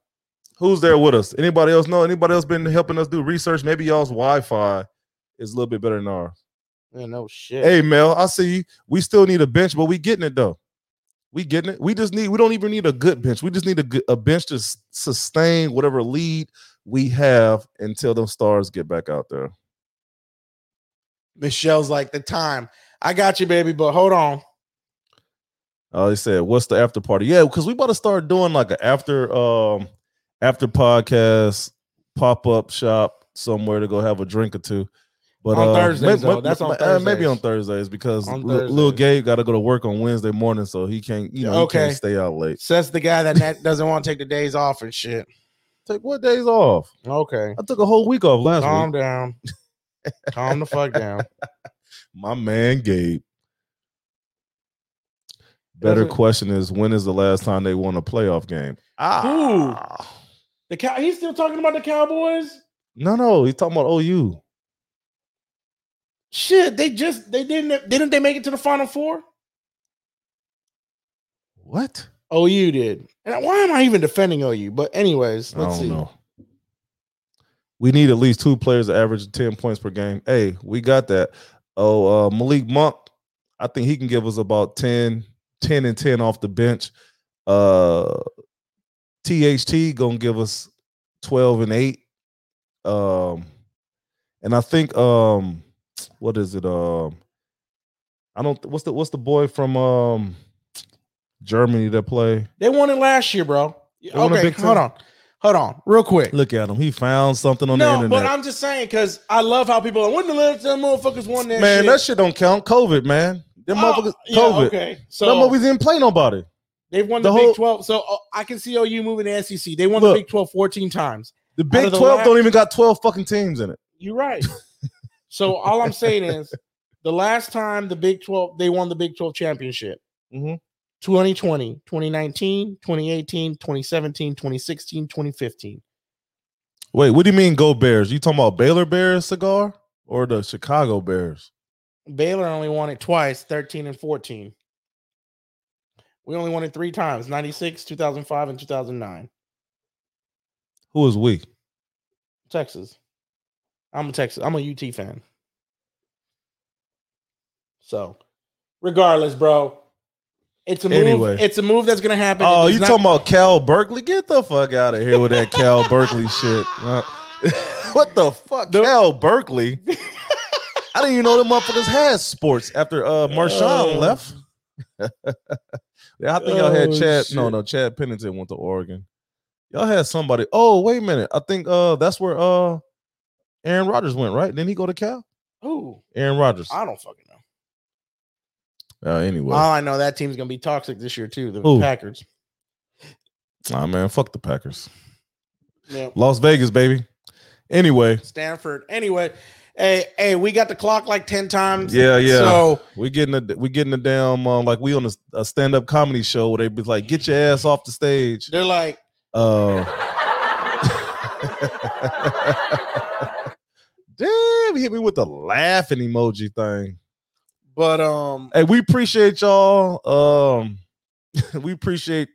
S2: Who's there with us? Anybody else know? Anybody else been helping us do research? Maybe y'all's Wi-Fi is a little bit better than ours.
S1: Yeah, no shit.
S2: Hey Mel, I see you. We still need a bench, but we getting it though. We getting it. We just need. We don't even need a good bench. We just need a good, a bench to s- sustain whatever lead we have until those stars get back out there.
S1: Michelle's like the time. I got you, baby, but hold on.
S2: Uh, they said, "What's the after party?" Yeah, because we about to start doing like an after um after podcast pop up shop somewhere to go have a drink or two. But
S1: On
S2: uh,
S1: Thursdays,
S2: may-
S1: though.
S2: may-
S1: That's on
S2: uh, maybe on
S1: Thursdays.
S2: Thursdays because
S1: On
S2: Lil Lil
S1: Thursdays.
S2: Gabe got to go to work on Wednesday morning, so he can't you know he
S1: Okay.
S2: can't stay out late.
S1: Says the guy that that doesn't want to take the days off and shit.
S2: Take what days off?
S1: Okay.
S2: I took a whole week off last
S1: Calm
S2: week. [laughs]
S1: down. Calm the fuck down.
S2: My man Gabe. Better
S1: Doesn't-
S2: question is when is the last time they won a playoff game?
S1: Ah. The cow he's still talking about the Cowboys?
S2: No, no, he's talking about OU.
S1: Shit, they just they didn't didn't they make it to the final four?
S2: What?
S1: OU did. And why am I even defending OU? But anyways, let's
S2: I don't
S1: see.
S2: know. We need at least two players to average 10 points per game. Hey, we got that. Oh, uh, Malik Monk, I think he can give us about 10, 10 and 10 off the bench. Uh, THT going to give us 12 and 8. Um, and I think um what is it? Um I don't what's the what's the boy from um Germany that play?
S1: They won it last year, bro.
S2: won a
S1: Okay,
S2: Big Ten?
S1: hold on. Hold on, real quick.
S2: Look at him. He found something on the
S1: No,
S2: internet.
S1: but I'm just saying because I love how people are when the last them motherfuckers won that
S2: man,
S1: shit. Oh,
S2: that shit don't count. COVID, man. Them motherfuckers,
S1: yeah,
S2: COVID.
S1: okay,
S2: Them
S1: so
S2: motherfuckers didn't play nobody.
S1: they've won
S2: the
S1: the,
S2: whole-
S1: Big 12. So uh, I can see OU moving to SEC. They won
S2: Look.
S1: the Big 12 14 times.
S2: The Big
S1: of the
S2: Twelve
S1: la-
S2: don't even got twelve fucking teams in it.
S1: You're right. so all I'm saying is the last time the Big 12 they won the Big 12 championship.
S2: Mhm.
S1: 2020, 2019, 2018, 2017, 2016, 2015.
S2: Wait, what do you mean go Bears? You talking about Baylor Bears cigar or the Chicago Bears?
S1: Baylor only won it twice, 13 and 14. We only won it three times, 96, 2005, and 2009.
S2: Who is we?
S1: Texas. I'm a Texas. I'm a UT fan. So, regardless, bro, it's a move.
S2: Anyway.
S1: It's a move that's gonna happen.
S2: Oh,
S1: It's
S2: you
S1: not-
S2: talking about Cal Berkeley? Get the fuck out of here with that Cal
S1: [laughs]
S2: Berkeley shit. Uh, [laughs] what the fuck,
S1: The-
S2: Cal [laughs] Berkeley? I didn't even know them motherfuckers had sports after uh Marshawn
S1: Oh.
S2: left. [laughs] yeah, I think y'all had
S1: Oh,
S2: Chad. No,
S1: shit.
S2: no, Chad Pennington went to Oregon. Y'all had somebody. Oh, wait a minute. I think uh that's where uh Aaron Rodgers went, right? Didn't he go to Cal?
S1: Ooh,
S2: Aaron Rodgers.
S1: I don't fucking know.
S2: Uh, anyway.
S1: All I know that team's gonna be toxic this year too. The
S2: Who?
S1: Packers.
S2: Nah, man, fuck the Packers.
S1: Yeah.
S2: Las Vegas, baby. Anyway,
S1: Stanford. Anyway, hey, hey, we got the clock like ten times.
S2: yeah, yeah.
S1: So
S2: We getting a we getting a damn um, like we on a, stand up comedy show where they be like, get your ass off the stage.
S1: they're like,
S2: Uh, [laughs] damn, he hit me with the laughing emoji thing.
S1: but um,
S2: Hey, we appreciate y'all. Um, [laughs] we appreciate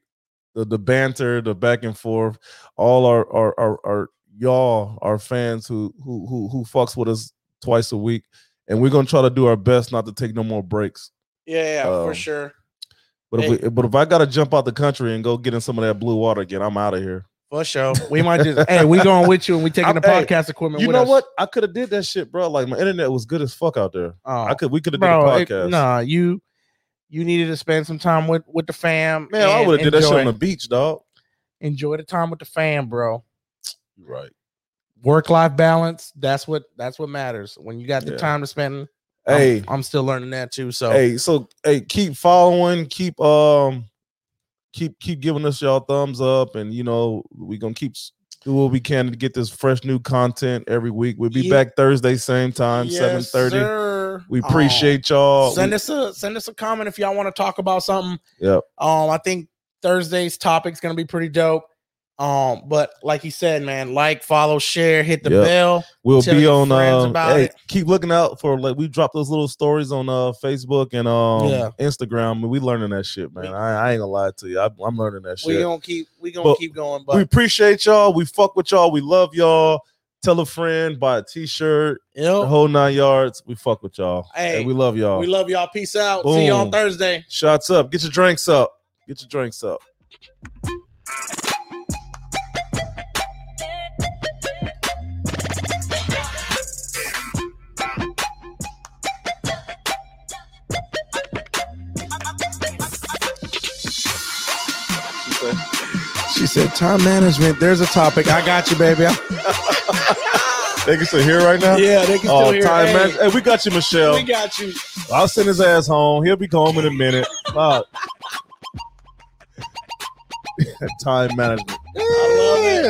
S2: the the banter, the back and forth. All our our our, our y'all, our fans who who who who fucks with us twice a week, and we're gonna try to do our best not to take no more breaks.
S1: yeah, yeah,
S2: Um,
S1: for sure.
S2: But if
S1: Hey.
S2: we, but if I gotta jump out the country and go get in some of that blue water again, I'm out of here.
S1: For sure. We might just hey, we going with you and we taking the
S2: Hey,
S1: podcast equipment
S2: You
S1: with
S2: know
S1: us.
S2: what? I could have did that shit, bro. Like my internet was good as fuck out there.
S1: Oh,
S2: I could we could have did a
S1: bro, it-
S2: podcast.
S1: nah, you you needed to spend some time with with the fam.
S2: Man, I
S1: and
S2: would have did that shit
S1: enjoy-
S2: on the beach, dog.
S1: Enjoy the time with the fam, bro.
S2: You're right.
S1: Work life balance. That's what that's what matters. When you got the
S2: Yeah.
S1: time to spend, I'm-
S2: Hey,
S1: I'm, still learning that too. So
S2: hey, so hey, keep following, keep um keep keep giving us y'all thumbs up, and you know we gonna keep s- do what we can to get this fresh new content every week. We'll be
S1: Ye-
S2: back Thursday, same time, seven thirty.
S1: sir.
S2: We
S1: Um,
S2: appreciate y'all. We-
S1: send us a send us a comment if y'all want to talk about something.
S2: Yep.
S1: Um, I think Thursday's topic's gonna be pretty dope. Um, but like he said, man, like, follow, share, hit the
S2: Yep.
S1: bell.
S2: We'll
S1: Tell
S2: be
S1: your
S2: on.
S1: friends
S2: Um,
S1: about
S2: hey,
S1: it.
S2: keep looking out for like we drop those little stories on uh Facebook and um
S1: Yeah.
S2: Instagram. and We learning that shit, man.
S1: We-
S2: I, I ain't gonna lie to you. I, I'm learning that
S1: We
S2: shit.
S1: gonna keep we gonna
S2: But-
S1: keep going,
S2: we
S1: but
S2: appreciate y'all. We fuck with y'all. We love y'all. Tell a friend, buy a T-shirt,
S1: you
S2: the
S1: know,
S2: whole nine yards. We fuck with y'all.
S1: Oh. Hey,
S2: and we love y'all.
S1: we love y'all. Peace out. See you on
S2: Boom.
S1: Thursday.
S2: Shots up. Get your drinks up. Get your drinks up.
S1: She said, "Time management." There's a topic. I got you, baby.
S2: [laughs] They can sit here right now.
S1: yeah, they can still
S2: Oh,
S1: hear.
S2: time
S1: Hey,
S2: man. Hey, we got you, Michelle.
S1: We got you.
S2: I'll send his ass home. He'll be home in a minute.
S1: [laughs]
S2: Fuck. [laughs] Time management.
S1: I love it.